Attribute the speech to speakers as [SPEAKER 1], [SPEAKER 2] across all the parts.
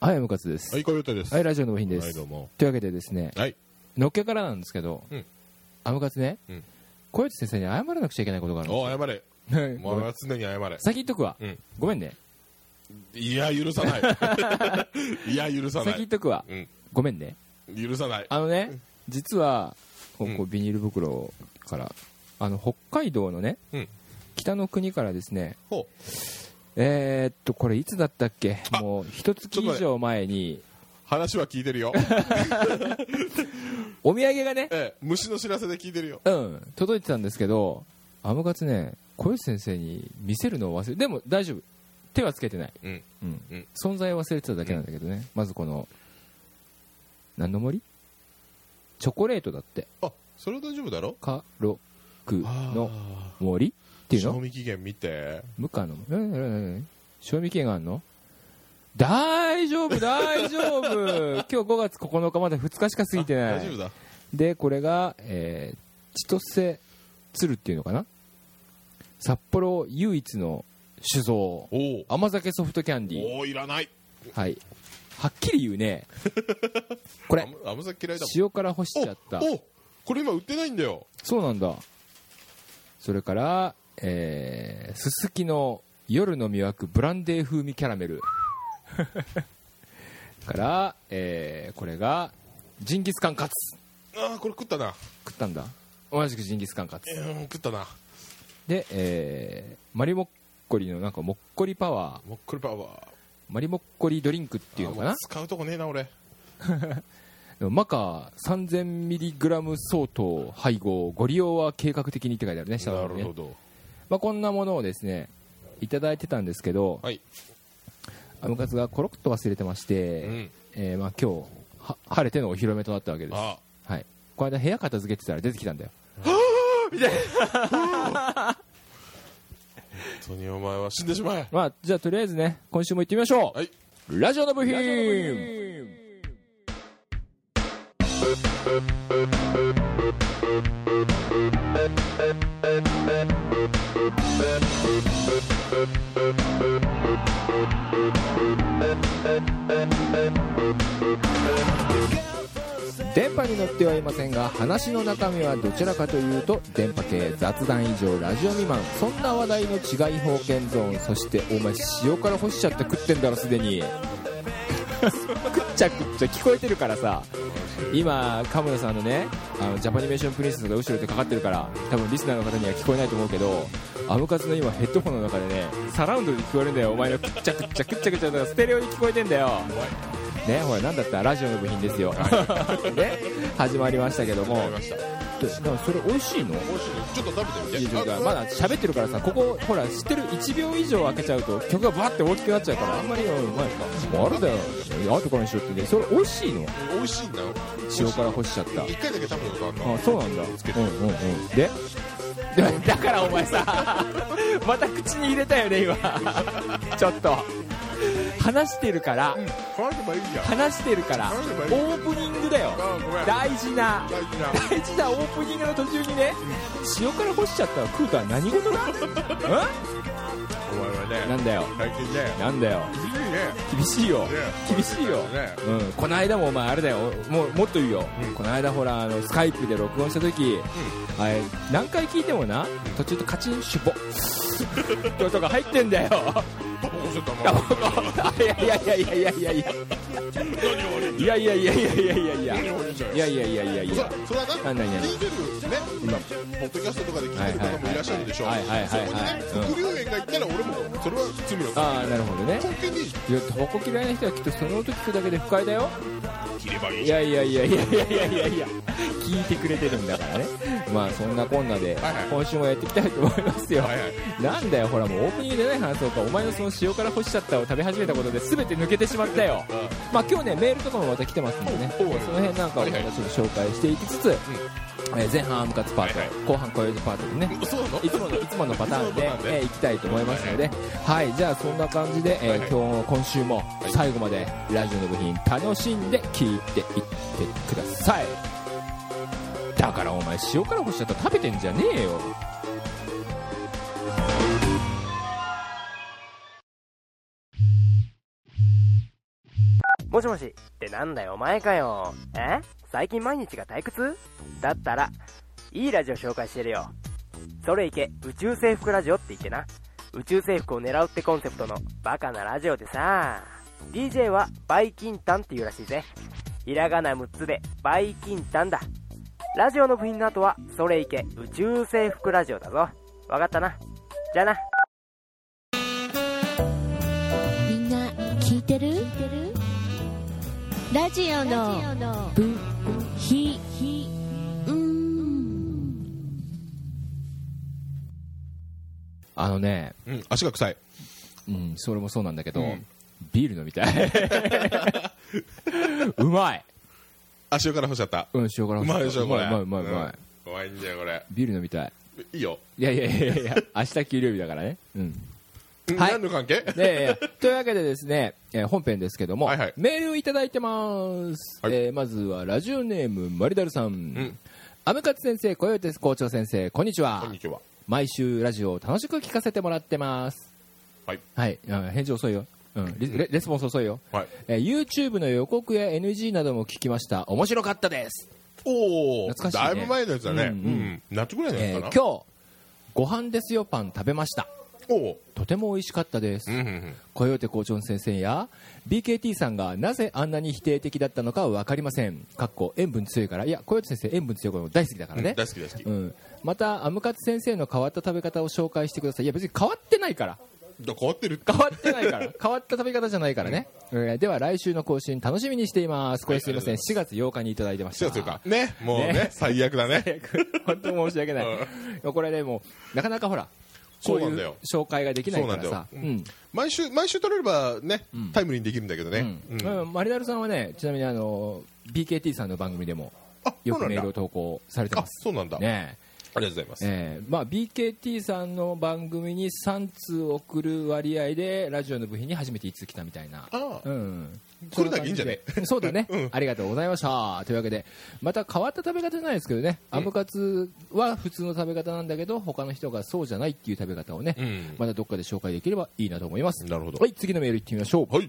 [SPEAKER 1] はい、ムカツです。
[SPEAKER 2] はい、小太です。
[SPEAKER 1] はい、ラジオの部品で
[SPEAKER 2] はい、
[SPEAKER 1] す。
[SPEAKER 2] どうも。
[SPEAKER 1] というわけでですね、
[SPEAKER 2] はい。
[SPEAKER 1] のっけからなんですけど、
[SPEAKER 2] うん
[SPEAKER 1] アムカツね、
[SPEAKER 2] うん
[SPEAKER 1] 小市先生に謝らなくちゃいけないことがある
[SPEAKER 2] お謝れ。
[SPEAKER 1] の
[SPEAKER 2] も
[SPEAKER 1] ご
[SPEAKER 2] う
[SPEAKER 1] めん
[SPEAKER 2] 常に謝れ。
[SPEAKER 1] 先言っとくわ。
[SPEAKER 2] うん
[SPEAKER 1] ごめんね。
[SPEAKER 2] いや、許 さない。いや、許さな
[SPEAKER 1] 先言っ
[SPEAKER 2] い。
[SPEAKER 1] とくわ。
[SPEAKER 2] うん。
[SPEAKER 1] ごめんね。
[SPEAKER 2] 許さない。
[SPEAKER 1] あのね、実は、こうこう
[SPEAKER 2] う
[SPEAKER 1] ビニール袋から、あの、北海道のね、
[SPEAKER 2] うん
[SPEAKER 1] 北の国からですね、
[SPEAKER 2] ほう。
[SPEAKER 1] えー、っと、これいつだったっけ
[SPEAKER 2] あ
[SPEAKER 1] もう、一月以上前に、
[SPEAKER 2] 話は聞いて るよ。
[SPEAKER 1] お土産がね、
[SPEAKER 2] ええ、虫の知らせで聞いてるよ。
[SPEAKER 1] うん、届いてたんですけど、アムカツね、小吉先生に見せるのを忘れ、でも大丈夫。手はつけてない。
[SPEAKER 2] うん。
[SPEAKER 1] うん
[SPEAKER 2] うん
[SPEAKER 1] 存在を忘れてただけなんだけどね、まずこの、何の森チョコレートだって。
[SPEAKER 2] あ、それは大丈夫だろ
[SPEAKER 1] カロクの
[SPEAKER 2] あ
[SPEAKER 1] 森ってい
[SPEAKER 2] ー
[SPEAKER 1] う
[SPEAKER 2] 賞
[SPEAKER 1] の
[SPEAKER 2] 味期限見て。
[SPEAKER 1] 無かの森。うんうんうんうん賞味期限があんの大丈夫、大丈 夫今日5月9日まだ2日しか過ぎてな
[SPEAKER 2] 大丈
[SPEAKER 1] い
[SPEAKER 2] 夫。だ。
[SPEAKER 1] で、これが、えー、千歳鶴っていうのかな札幌唯一の酒造。
[SPEAKER 2] おお。
[SPEAKER 1] 甘酒ソフトキャンディー。
[SPEAKER 2] おお、いらない。
[SPEAKER 1] はい。はっきり言うね。これ
[SPEAKER 2] あ、む甘さ嫌いだ
[SPEAKER 1] 塩辛干しちゃった
[SPEAKER 2] もん。おおこれ今売ってないんだよ。
[SPEAKER 1] そうなんだそれからえーすすきの夜の魅惑ブランデー風味キャラメ ルから、えーこれがジンギスカンカツ
[SPEAKER 2] ああ、これ食ったな。
[SPEAKER 1] 食ったんだ同じくジンギスカンカツ
[SPEAKER 2] うん、食ったな。
[SPEAKER 1] で、えーマリモッコリのなんかもっこりパワー
[SPEAKER 2] もうこれパワー。
[SPEAKER 1] マリモッコリドリンクっていうのか
[SPEAKER 2] あーも
[SPEAKER 1] な
[SPEAKER 2] 使うとこねえな、俺。
[SPEAKER 1] でもマカ 3000mg 相当配合ご利用は計画的にって書いてあるね下の
[SPEAKER 2] な
[SPEAKER 1] 方にね
[SPEAKER 2] るほど。
[SPEAKER 1] まあ、こんなものをですねいただいてたんですけど、
[SPEAKER 2] はい。
[SPEAKER 1] アムカツがコロッと忘れてまして、
[SPEAKER 2] うん。
[SPEAKER 1] えーまあ、今日は晴れてのお披露目となったわけです、
[SPEAKER 2] あ
[SPEAKER 1] はい、この間部屋片付けてたら出てきたんだよ
[SPEAKER 2] 本当にお前は死んでしまえ。
[SPEAKER 1] まあじゃあとりあえずね今週も行ってみましょう、
[SPEAKER 2] はい。
[SPEAKER 1] ラジオの部品電波に乗ってはいませんが話の中身はどちらかというと電波系雑談以上ラジオ未満そんな話題の違い方見ゾーンそしてお前塩から干しちゃって食ってんだろすでに食っちゃ食っちゃ聞こえてるからさ今鴨田さんのねあのジャパニメーションプリンセスが後ろでかかってるから多分リスナーの方には聞こえないと思うけどアムカツの今ヘッドホンの中でねサラウンドで聞こえるんだよお前のくっちゃくっちゃくっちゃくっちゃだからステレオに聞こえてんだよねほらなんだったらラジオの部品ですよね始まりましたけども
[SPEAKER 2] わかりました。
[SPEAKER 1] でなんかそれ美味しいの
[SPEAKER 2] 美味しいねちょっと食べてみて。あ
[SPEAKER 1] まだ喋ってるからさここほら知ってる1秒以上開けちゃうと曲がバーって大きくなっちゃうからあんまりうまいかあれだよ後からにしようってねそれ美味しいの
[SPEAKER 2] 美味しいんだよ。
[SPEAKER 1] 塩辛干しちゃった
[SPEAKER 2] 一回だけ食べたことあるの。
[SPEAKER 1] あそうなんだ
[SPEAKER 2] つけ
[SPEAKER 1] う
[SPEAKER 2] て
[SPEAKER 1] んうんうんででだからお前さ また口に入れたよね 今ちょっと話してるから
[SPEAKER 2] 食べればいいじゃん。
[SPEAKER 1] 話してるからオ
[SPEAKER 2] 話せばいい
[SPEAKER 1] ープニングだよ
[SPEAKER 2] あごめん。
[SPEAKER 1] 大事な
[SPEAKER 2] 大事な。
[SPEAKER 1] 大事なオープニングの途中にね塩辛干しちゃったら食うとは何事だん
[SPEAKER 2] お前はね、
[SPEAKER 1] なんだよ
[SPEAKER 2] 最近ね、
[SPEAKER 1] なんだよ
[SPEAKER 2] いいね。
[SPEAKER 1] 厳しいよ
[SPEAKER 2] ね
[SPEAKER 1] 厳しいよ
[SPEAKER 2] ね
[SPEAKER 1] うん、この間もお前あれだよもうもっと言うよ、
[SPEAKER 2] うん
[SPEAKER 1] この間ほらあのスカイプで録音した時、あれ何回聞いてもな途中でカチンシュポッって音が入ってんだよ
[SPEAKER 2] タバコ吸ったもん。
[SPEAKER 1] タバコいやいやいやいやいやいやいやいやいやいやいやいやいやいや
[SPEAKER 2] 何を言うんじゃ
[SPEAKER 1] い
[SPEAKER 2] よ
[SPEAKER 1] やいやいやいやいや
[SPEAKER 2] そそれはな
[SPEAKER 1] 何何何
[SPEAKER 2] 聞いてるね、今、ポッドキャストとかで聞いてる方もいらっしゃるでしょ
[SPEAKER 1] はいはい
[SPEAKER 2] そ
[SPEAKER 1] はい
[SPEAKER 2] こに
[SPEAKER 1] はい
[SPEAKER 2] ね、副流煙が行ったら俺も、それは罪の
[SPEAKER 1] ああなるほどね
[SPEAKER 2] 根底に
[SPEAKER 1] いやタバコ嫌いな人はきっとその音聞くだけで不快だよ
[SPEAKER 2] 切ればいい
[SPEAKER 1] い
[SPEAKER 2] じゃん。
[SPEAKER 1] やいやいやいやいやいやいやいや聞いてくれてるんだからねまあそんなこんなで
[SPEAKER 2] はいはい
[SPEAKER 1] 今週もやっていきたいと思いますよ、
[SPEAKER 2] はいはい
[SPEAKER 1] なんだよほらもうオープニングでね話そうかお前のその塩辛干しちゃったを食べ始めたことで全て抜けてしまったよまあ今日ねメールとかもまた来てますんでねそ
[SPEAKER 2] おうお
[SPEAKER 1] の
[SPEAKER 2] う
[SPEAKER 1] 辺なんかをまたちょっと紹介していきつつ、えー前半アームカツパート、
[SPEAKER 2] はいは
[SPEAKER 1] 後半小指パートでね
[SPEAKER 2] そうなの
[SPEAKER 1] いつものいつものパターンで
[SPEAKER 2] いつものパターンで
[SPEAKER 1] えーいきたいと思いますので、はい、じゃあそんな感じで、えー
[SPEAKER 2] はいはい
[SPEAKER 1] 今日今週も最後までラジオの部品楽しんで聞いていってください。だからお前塩辛干しちゃったら食べてんじゃねえよ。
[SPEAKER 3] もしもしってなんだよお前かよえ最近毎日が退屈だったらいいラジオ紹介してるよそれいけ宇宙制服ラジオって言ってな宇宙制服を狙うってコンセプトのバカなラジオでさ DJ はバイキンタンっていうらしいぜひらがな6つでバイキンタンだラジオの部品の後はそれいけ宇宙制服ラジオだぞわかったなじゃあな
[SPEAKER 4] みんな聞いてるラジオの部品
[SPEAKER 1] あのね、
[SPEAKER 2] うん、足が臭い。
[SPEAKER 1] うん、それもそうなんだけど、
[SPEAKER 2] うん
[SPEAKER 1] ビール飲みた いうまい
[SPEAKER 2] 足から干しちゃった。
[SPEAKER 1] うん塩辛
[SPEAKER 2] うまいでしょ、これ。
[SPEAKER 1] うまいうまいうまい、
[SPEAKER 2] うん。怖いんだよ、これ。
[SPEAKER 1] ビール飲みたい
[SPEAKER 2] いいよ。
[SPEAKER 1] いやいやいやいや明日給料日だからねうん
[SPEAKER 2] うん
[SPEAKER 1] はい
[SPEAKER 2] 何の関係
[SPEAKER 1] いやいやいやというわけでですね、えー本編ですけども、
[SPEAKER 2] はいはい
[SPEAKER 1] メールをいただいてます、
[SPEAKER 2] はい
[SPEAKER 1] えーまずはラジオネームマリダルさん、
[SPEAKER 2] ん
[SPEAKER 1] アムカツ先生小です校長先生こんにちは
[SPEAKER 2] こんにちは。
[SPEAKER 1] 毎週ラジオを楽しく聞かせてもらってます
[SPEAKER 2] はい。
[SPEAKER 1] はいうん返事遅いよ、うん、リレレスポンス遅いよ、
[SPEAKER 2] はい。
[SPEAKER 1] えー YouTube の予告や NG なども聞きました面白かったです、
[SPEAKER 2] おお、
[SPEAKER 1] 懐かしい
[SPEAKER 2] だ
[SPEAKER 1] ね
[SPEAKER 2] いぶ前のやつだね。
[SPEAKER 1] う
[SPEAKER 2] うんん、
[SPEAKER 1] うん
[SPEAKER 2] 夏ぐらいの
[SPEAKER 1] えー
[SPEAKER 2] やつ
[SPEAKER 1] 今
[SPEAKER 2] かな。
[SPEAKER 1] 日ご飯ですよパン食べました
[SPEAKER 2] おお
[SPEAKER 1] とても美味しかったです、
[SPEAKER 2] ー。うん、うん
[SPEAKER 1] コヨーテ校長先生や BKT さんがなぜあんなに否定的だったのかは分かりませんかっこ塩分強いからいやコヨーテ先生塩分強いこと大好きだか
[SPEAKER 2] う
[SPEAKER 1] ら
[SPEAKER 2] ん。
[SPEAKER 1] ね、
[SPEAKER 2] 大好き大好き。
[SPEAKER 1] う
[SPEAKER 2] だか
[SPEAKER 1] ん、またアムカツ先生の変わった食べ方を紹介してくださいいや別に変わってないから
[SPEAKER 2] ら変わってるって。
[SPEAKER 1] 変わってないから 変わった食べ方じゃないからね、えーでは来週の更新楽しみにしていますこれすいません
[SPEAKER 2] は
[SPEAKER 1] 4
[SPEAKER 2] い
[SPEAKER 1] 月8日にいただいてました
[SPEAKER 2] そうそうか。ね、もうね、
[SPEAKER 1] ね
[SPEAKER 2] 最悪だ ね。
[SPEAKER 1] 早く本当申し訳ない
[SPEAKER 2] うん
[SPEAKER 1] いやこれでもなかなかほらこう
[SPEAKER 2] そうないんだ
[SPEAKER 1] う
[SPEAKER 2] よ
[SPEAKER 1] 紹介ができないから
[SPEAKER 2] そう
[SPEAKER 1] さ
[SPEAKER 2] な
[SPEAKER 1] う
[SPEAKER 2] んだよ
[SPEAKER 1] ん
[SPEAKER 2] 毎週、毎週取れればね、タイムリーにできるんだけどね。
[SPEAKER 1] う
[SPEAKER 2] うんん。
[SPEAKER 1] うんマリダルさんはねちなみにあの BKT さんの番組でも
[SPEAKER 2] あ、
[SPEAKER 1] よ
[SPEAKER 2] そうな
[SPEAKER 1] く
[SPEAKER 2] ん
[SPEAKER 1] メールを
[SPEAKER 2] だ。
[SPEAKER 1] 投稿されて
[SPEAKER 2] あ
[SPEAKER 1] ま、す
[SPEAKER 2] そうなんだ。あり
[SPEAKER 1] ね
[SPEAKER 2] がとうございます。
[SPEAKER 1] ええまあ BKT さんの番組に3通送る割合でラジオの部品に初めていつ来たみたいな
[SPEAKER 2] ああ、
[SPEAKER 1] うん
[SPEAKER 2] 来るだけいいんじゃね
[SPEAKER 1] そんな感じでそうだね、ありがとうございましたというわけでまた変わった食べ方じゃないですけどね、アムカツは普通の食べ方なんだけど他の人がそうじゃないっていう食べ方をね、
[SPEAKER 2] うん
[SPEAKER 1] またどっかで紹介できればいいなと思います
[SPEAKER 2] なるほど
[SPEAKER 1] はい次のメールいってみましょう
[SPEAKER 2] はい。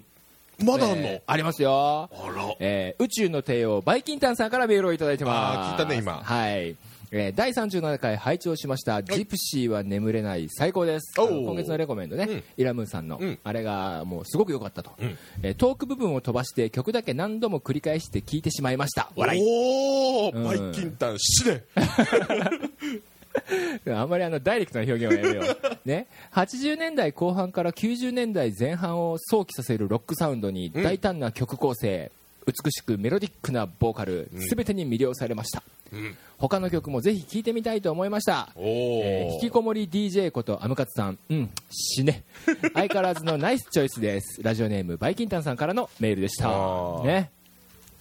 [SPEAKER 2] まだあんの、
[SPEAKER 1] えーありますよ
[SPEAKER 2] あら。
[SPEAKER 1] えー宇宙の帝王バイキンタンさんからメールをいただいてます
[SPEAKER 2] あー聞いたね今
[SPEAKER 1] はいえー第37回拝聴しました「ジプシーは眠れない」最高です
[SPEAKER 2] おー
[SPEAKER 1] あの今月のレコメンドね、
[SPEAKER 2] うん
[SPEAKER 1] イラムーンさんの、
[SPEAKER 2] うん
[SPEAKER 1] あれがもうすごく良かったと、
[SPEAKER 2] ん
[SPEAKER 1] えートーク部分を飛ばして曲だけ何度も繰り返して聴いてしまいました笑い
[SPEAKER 2] おお、
[SPEAKER 1] ん
[SPEAKER 2] バイキンタン試練。
[SPEAKER 1] あんまりあのダイレクトな表現はやめよう、 ね、80年代後半から90年代前半を想起させるロックサウンドに
[SPEAKER 2] うん
[SPEAKER 1] 大胆な曲構成、美しくメロディックなボーカル
[SPEAKER 2] うん
[SPEAKER 1] 全てに魅了されました、
[SPEAKER 2] うん。
[SPEAKER 1] 他の曲もぜひ聴いてみたいと思いました、
[SPEAKER 2] お
[SPEAKER 1] えー
[SPEAKER 2] お、
[SPEAKER 1] 引きこもり DJ ことアムカツさんうん死ね 相変わらずのナイスチョイスですラジオネームバイキンタンさんからのメールでした
[SPEAKER 2] あー
[SPEAKER 1] ね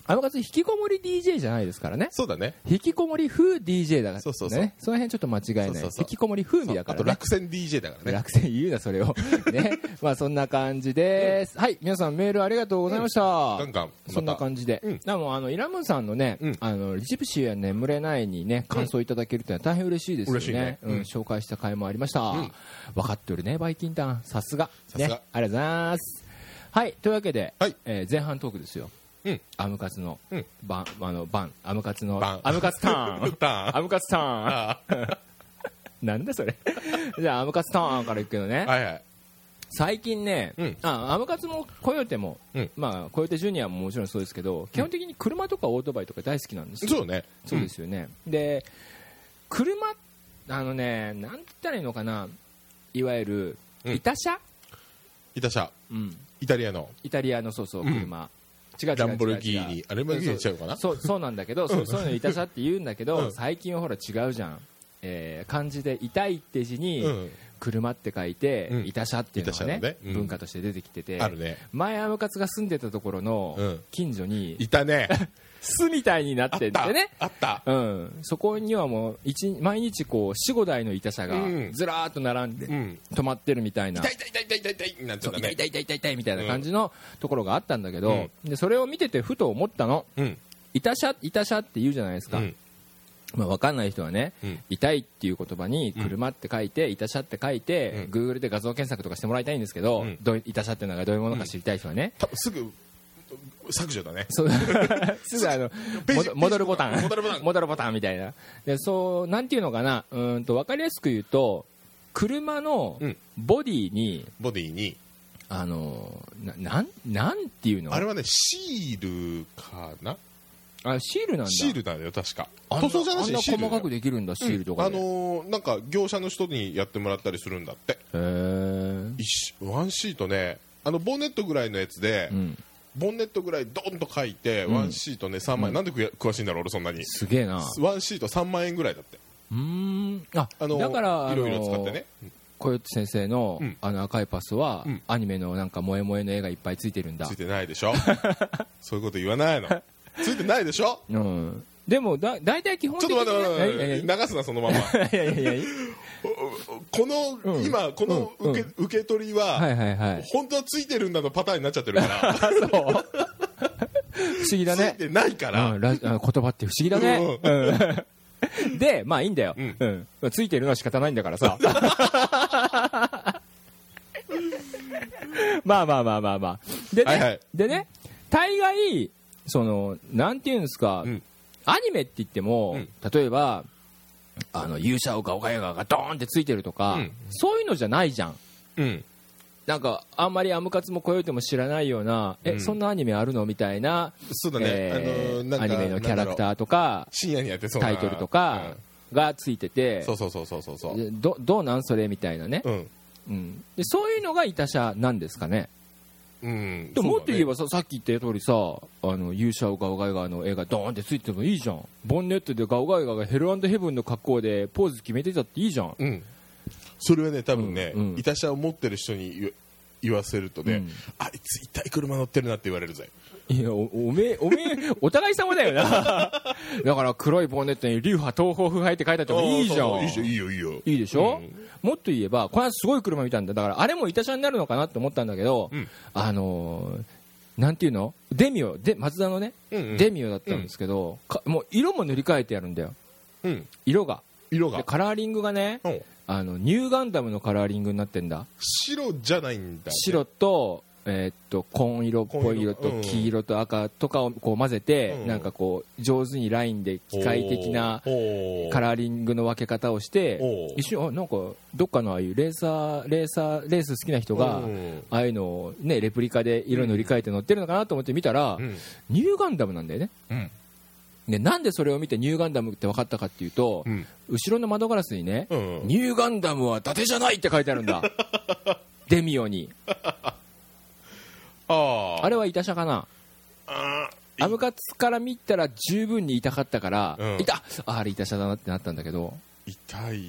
[SPEAKER 1] アムカツ引きこもり DJ じゃないですからね
[SPEAKER 2] そうだね。
[SPEAKER 1] 引きこもり風 DJ だからね
[SPEAKER 2] そうそうそう
[SPEAKER 1] その辺ちょっと間違いない
[SPEAKER 2] そうそうそう
[SPEAKER 1] 引きこもり風味だか
[SPEAKER 2] あ
[SPEAKER 1] ら、
[SPEAKER 2] と
[SPEAKER 1] ね、
[SPEAKER 2] 落選 DJ だからね。
[SPEAKER 1] 落選言うなそれをねまあそんな感じです、はい皆さんメールありがとうございました、
[SPEAKER 2] ガンガン。
[SPEAKER 1] そんな感じで、
[SPEAKER 2] うん
[SPEAKER 1] でもあのイラムーンさんのね、
[SPEAKER 2] うん
[SPEAKER 1] あのジプシーは眠れないにね感想いただけるってのは大変嬉しいですよね。
[SPEAKER 2] 嬉しいね
[SPEAKER 1] うん
[SPEAKER 2] うん
[SPEAKER 1] 紹介した回もありました。分かっておるねバイキンタンさすが
[SPEAKER 2] さす
[SPEAKER 1] ね
[SPEAKER 2] が
[SPEAKER 1] ありがとうございます。はいというわけで、
[SPEAKER 2] はい
[SPEAKER 1] えー前半トークですよ。
[SPEAKER 2] うん
[SPEAKER 1] アムカツの
[SPEAKER 2] うん
[SPEAKER 1] 番、あの番アムカツの
[SPEAKER 2] 番
[SPEAKER 1] アムカツターン
[SPEAKER 2] ターン
[SPEAKER 1] アムカツターン
[SPEAKER 2] あ
[SPEAKER 1] なんだそれじゃあアムカツターンからいくけどね
[SPEAKER 2] あ、はいはい。
[SPEAKER 1] 最近ね、
[SPEAKER 2] うん
[SPEAKER 1] あアムカツもコヨーテも、
[SPEAKER 2] うん
[SPEAKER 1] まあ、コヨーテジュニアももちろんそうですけど基本的に車とかオートバイとか大好きなんですよ
[SPEAKER 2] そうね。
[SPEAKER 1] そうですよね、で車あのねなんて言ったらいいのかないわゆる
[SPEAKER 2] うん
[SPEAKER 1] イタ車、
[SPEAKER 2] イタ車、
[SPEAKER 1] うん
[SPEAKER 2] イタリアの
[SPEAKER 1] イタリアのそうそう
[SPEAKER 2] うん
[SPEAKER 1] 車、違う違う違う違う
[SPEAKER 2] ランボルギーニ、あれも言えちゃうかな。
[SPEAKER 1] そうそうなんだけど、そうそういうのイタ車って言うんだけど、
[SPEAKER 2] うん
[SPEAKER 1] 最近はほら違うじゃん、えー漢字で「痛い」って字に
[SPEAKER 2] うん。
[SPEAKER 1] 「車」って書いて
[SPEAKER 2] う
[SPEAKER 1] 「
[SPEAKER 2] ん
[SPEAKER 1] イタ車」っていうのがね
[SPEAKER 2] イタ車のねうん
[SPEAKER 1] 文化として出てきてて、
[SPEAKER 2] あるね。
[SPEAKER 1] 前アムカツが住んでたところの
[SPEAKER 2] うん
[SPEAKER 1] 近所に
[SPEAKER 2] いたね。
[SPEAKER 1] 巣みたいにな
[SPEAKER 2] あ
[SPEAKER 1] っ
[SPEAKER 2] って
[SPEAKER 1] ん
[SPEAKER 2] た。
[SPEAKER 1] でね
[SPEAKER 2] あった。
[SPEAKER 1] うん、そこにはもう一毎日こう45台の板車が
[SPEAKER 2] うん
[SPEAKER 1] ずらーっと並んで
[SPEAKER 2] うん。
[SPEAKER 1] 止まってるみたいな、
[SPEAKER 2] 痛い痛い痛い痛い痛い痛いなんちゃ
[SPEAKER 1] そ
[SPEAKER 2] っ
[SPEAKER 1] う
[SPEAKER 2] た
[SPEAKER 1] 痛い痛
[SPEAKER 2] ね。
[SPEAKER 1] い痛い痛い痛いみたいな感じのところがあったんだけど、でそれを見ててふと思ったの
[SPEAKER 2] うん。
[SPEAKER 1] 板車板車って言うじゃないです
[SPEAKER 2] う
[SPEAKER 1] か、
[SPEAKER 2] ん。
[SPEAKER 1] まあ、分かんない人はね、
[SPEAKER 2] うん
[SPEAKER 1] 痛いっていう言葉に車って書いて、板車って書いて、
[SPEAKER 2] うん
[SPEAKER 1] Google で画像検索とかしてもらいたいんですけど、
[SPEAKER 2] うん
[SPEAKER 1] どう板車ってのがどういうものか知りたい人はね、
[SPEAKER 2] 多分すぐ、削除だね。
[SPEAKER 1] そうすぐあの
[SPEAKER 2] ペー
[SPEAKER 1] も
[SPEAKER 2] ジ
[SPEAKER 1] ど戻るボタン
[SPEAKER 2] 戻るボタン
[SPEAKER 1] 戻るボタンみたいなでそうなんていうのかなうーんと分かりやすく言うと車の
[SPEAKER 2] うん
[SPEAKER 1] ボディに、
[SPEAKER 2] ボディに。
[SPEAKER 1] あのななんなんていうの
[SPEAKER 2] あれはね、シールかな
[SPEAKER 1] あシールなんだ
[SPEAKER 2] シールなんだよ、確か。
[SPEAKER 1] あんな
[SPEAKER 2] 塗装じゃ
[SPEAKER 1] あ
[SPEAKER 2] なし
[SPEAKER 1] ん
[SPEAKER 2] に
[SPEAKER 1] な
[SPEAKER 2] シールだ
[SPEAKER 1] 細
[SPEAKER 2] よ。
[SPEAKER 1] かくできるんだシールとか
[SPEAKER 2] うん
[SPEAKER 1] で、
[SPEAKER 2] あのーなんか業者の人にやってもらったりするんだって
[SPEAKER 1] へえ
[SPEAKER 2] 一ワンシートねあのボンネットぐらいのやつで、
[SPEAKER 1] うん、
[SPEAKER 2] ボンネットぐらいドンと書いて、
[SPEAKER 1] うん
[SPEAKER 2] ワンシートね3万円、なんでくや詳しいんだろう俺そんなに
[SPEAKER 1] すげえな
[SPEAKER 2] ワンシート3万円ぐらいだって
[SPEAKER 1] うーんあ
[SPEAKER 2] あの
[SPEAKER 1] だからあ
[SPEAKER 2] い
[SPEAKER 1] の
[SPEAKER 2] ろいろ使ってね
[SPEAKER 1] 小ヨッチ先生の,、
[SPEAKER 2] うん
[SPEAKER 1] あの赤いパスは、
[SPEAKER 2] うん
[SPEAKER 1] アニメのなんか萌え萌えの絵がいっぱいついてるんだ
[SPEAKER 2] ついてないでしょ そういうこと言わないのついてないでしょ
[SPEAKER 1] うん、でもだ大体基本
[SPEAKER 2] ちょっ
[SPEAKER 1] 的
[SPEAKER 2] と
[SPEAKER 1] に
[SPEAKER 2] 待って待って
[SPEAKER 1] え
[SPEAKER 2] 待って流すなその まま
[SPEAKER 1] いやいやいやいや
[SPEAKER 2] この、
[SPEAKER 1] うん
[SPEAKER 2] 今この
[SPEAKER 1] うん
[SPEAKER 2] 受け,、受け取りは、
[SPEAKER 1] はいはいはい
[SPEAKER 2] 本当はついてるんだのパターンになっちゃってるから
[SPEAKER 1] あそう不思議だ
[SPEAKER 2] つい
[SPEAKER 1] ね
[SPEAKER 2] てないから、
[SPEAKER 1] うん、ラあ言葉って不思議だね、
[SPEAKER 2] う
[SPEAKER 1] うんでまあいいんだよ、
[SPEAKER 2] うん
[SPEAKER 1] うんついてるのは仕方ないんだから さまあまあまあまあまあでね,、
[SPEAKER 2] はいはい
[SPEAKER 1] でね大概そのなんていうんですか、
[SPEAKER 2] うん
[SPEAKER 1] アニメって言っても、
[SPEAKER 2] うん
[SPEAKER 1] 例えばあの勇者をガオガヤガがドーンってついてるとか、
[SPEAKER 2] うん
[SPEAKER 1] そういうのじゃないじゃん
[SPEAKER 2] うん
[SPEAKER 1] なんかあんまりアムカツもコヨーテも知らないような、
[SPEAKER 2] う
[SPEAKER 1] え
[SPEAKER 2] ん
[SPEAKER 1] そんなアニメあるのみたいな
[SPEAKER 2] そうだね、
[SPEAKER 1] えー
[SPEAKER 2] あのなんか
[SPEAKER 1] アニメのキャラク
[SPEAKER 2] なんだろう
[SPEAKER 1] ターとか
[SPEAKER 2] 深夜にやってそうな
[SPEAKER 1] タイトルとかがついて
[SPEAKER 2] う
[SPEAKER 1] て、
[SPEAKER 2] んそうそうそうそうそうそう
[SPEAKER 1] どどうなんそれみたいなね、
[SPEAKER 2] うん
[SPEAKER 1] うん、でそういうのがいた社なんですかね
[SPEAKER 2] うん
[SPEAKER 1] でももっと言え
[SPEAKER 2] ば
[SPEAKER 1] ばささっき言った通りさあの勇者をガオガイガーの絵がドーンってついててもいいじゃんボンネットでガオガイガーがヘルヘブンの格好でポーズ決めてたっていいじゃん
[SPEAKER 2] うんそれはね多分ね、
[SPEAKER 1] うんうん
[SPEAKER 2] いたしゃを持ってる人に言わ言わせるとね、
[SPEAKER 1] うん
[SPEAKER 2] あいつ痛い車乗ってるなって言われるぜ
[SPEAKER 1] いやおおめえおめえお互い様だよ なだから黒いボンネットに流派東方腐敗って書いてあってもいいじゃ
[SPEAKER 2] あ
[SPEAKER 1] ん
[SPEAKER 2] ーそうそういいじゃんいいよいいよ
[SPEAKER 1] いいでしょ、
[SPEAKER 2] うん
[SPEAKER 1] もっと言えば、これはすごい車見たんだ、だからあれもいた車になるのかなって思ったんだけど、
[SPEAKER 2] うん
[SPEAKER 1] あのーなんていうの、デミオ、でマツダのね、
[SPEAKER 2] うんうん
[SPEAKER 1] デミオだったんですけど、かもう色も塗り替えてやるんだよ、
[SPEAKER 2] うん
[SPEAKER 1] 色が。
[SPEAKER 2] 色
[SPEAKER 1] で
[SPEAKER 2] が、
[SPEAKER 1] カラーリングがね、
[SPEAKER 2] うん、
[SPEAKER 1] あのニューガンダムのカラーリングになってんだ、
[SPEAKER 2] 白じゃないんだ、ね、
[SPEAKER 1] 白と、えーっと紺色っぽい色と
[SPEAKER 2] 紺色うん
[SPEAKER 1] 黄色と赤とかをこう混ぜて、
[SPEAKER 2] うん
[SPEAKER 1] なんかこう上手にラインで機械的なカ
[SPEAKER 2] ら
[SPEAKER 1] ラーリングの分け方をして
[SPEAKER 2] おう
[SPEAKER 1] 一瞬あなんかどっかのああいうレーサーレーサーレース好きな人が
[SPEAKER 2] うん
[SPEAKER 1] ああいうのを、ね、レプリカで色塗り替えて乗ってるのかなと思って見たら、
[SPEAKER 2] うん
[SPEAKER 1] ニューガンダムなんだよね
[SPEAKER 2] うん
[SPEAKER 1] でなんでそれを見てニューガンダムって分かったかっていうと、
[SPEAKER 2] うん
[SPEAKER 1] 後ろの窓ガラスにね、
[SPEAKER 2] うん
[SPEAKER 1] ニューガンダムは伊達じゃないって書いてあるん だデミオに
[SPEAKER 2] ああ
[SPEAKER 1] あれはイタ車かな
[SPEAKER 2] あ
[SPEAKER 1] アムカツから見たら十分に痛かったから、
[SPEAKER 2] うん
[SPEAKER 1] 痛っああれイタ車だなってなったんだけど、
[SPEAKER 2] ー痛い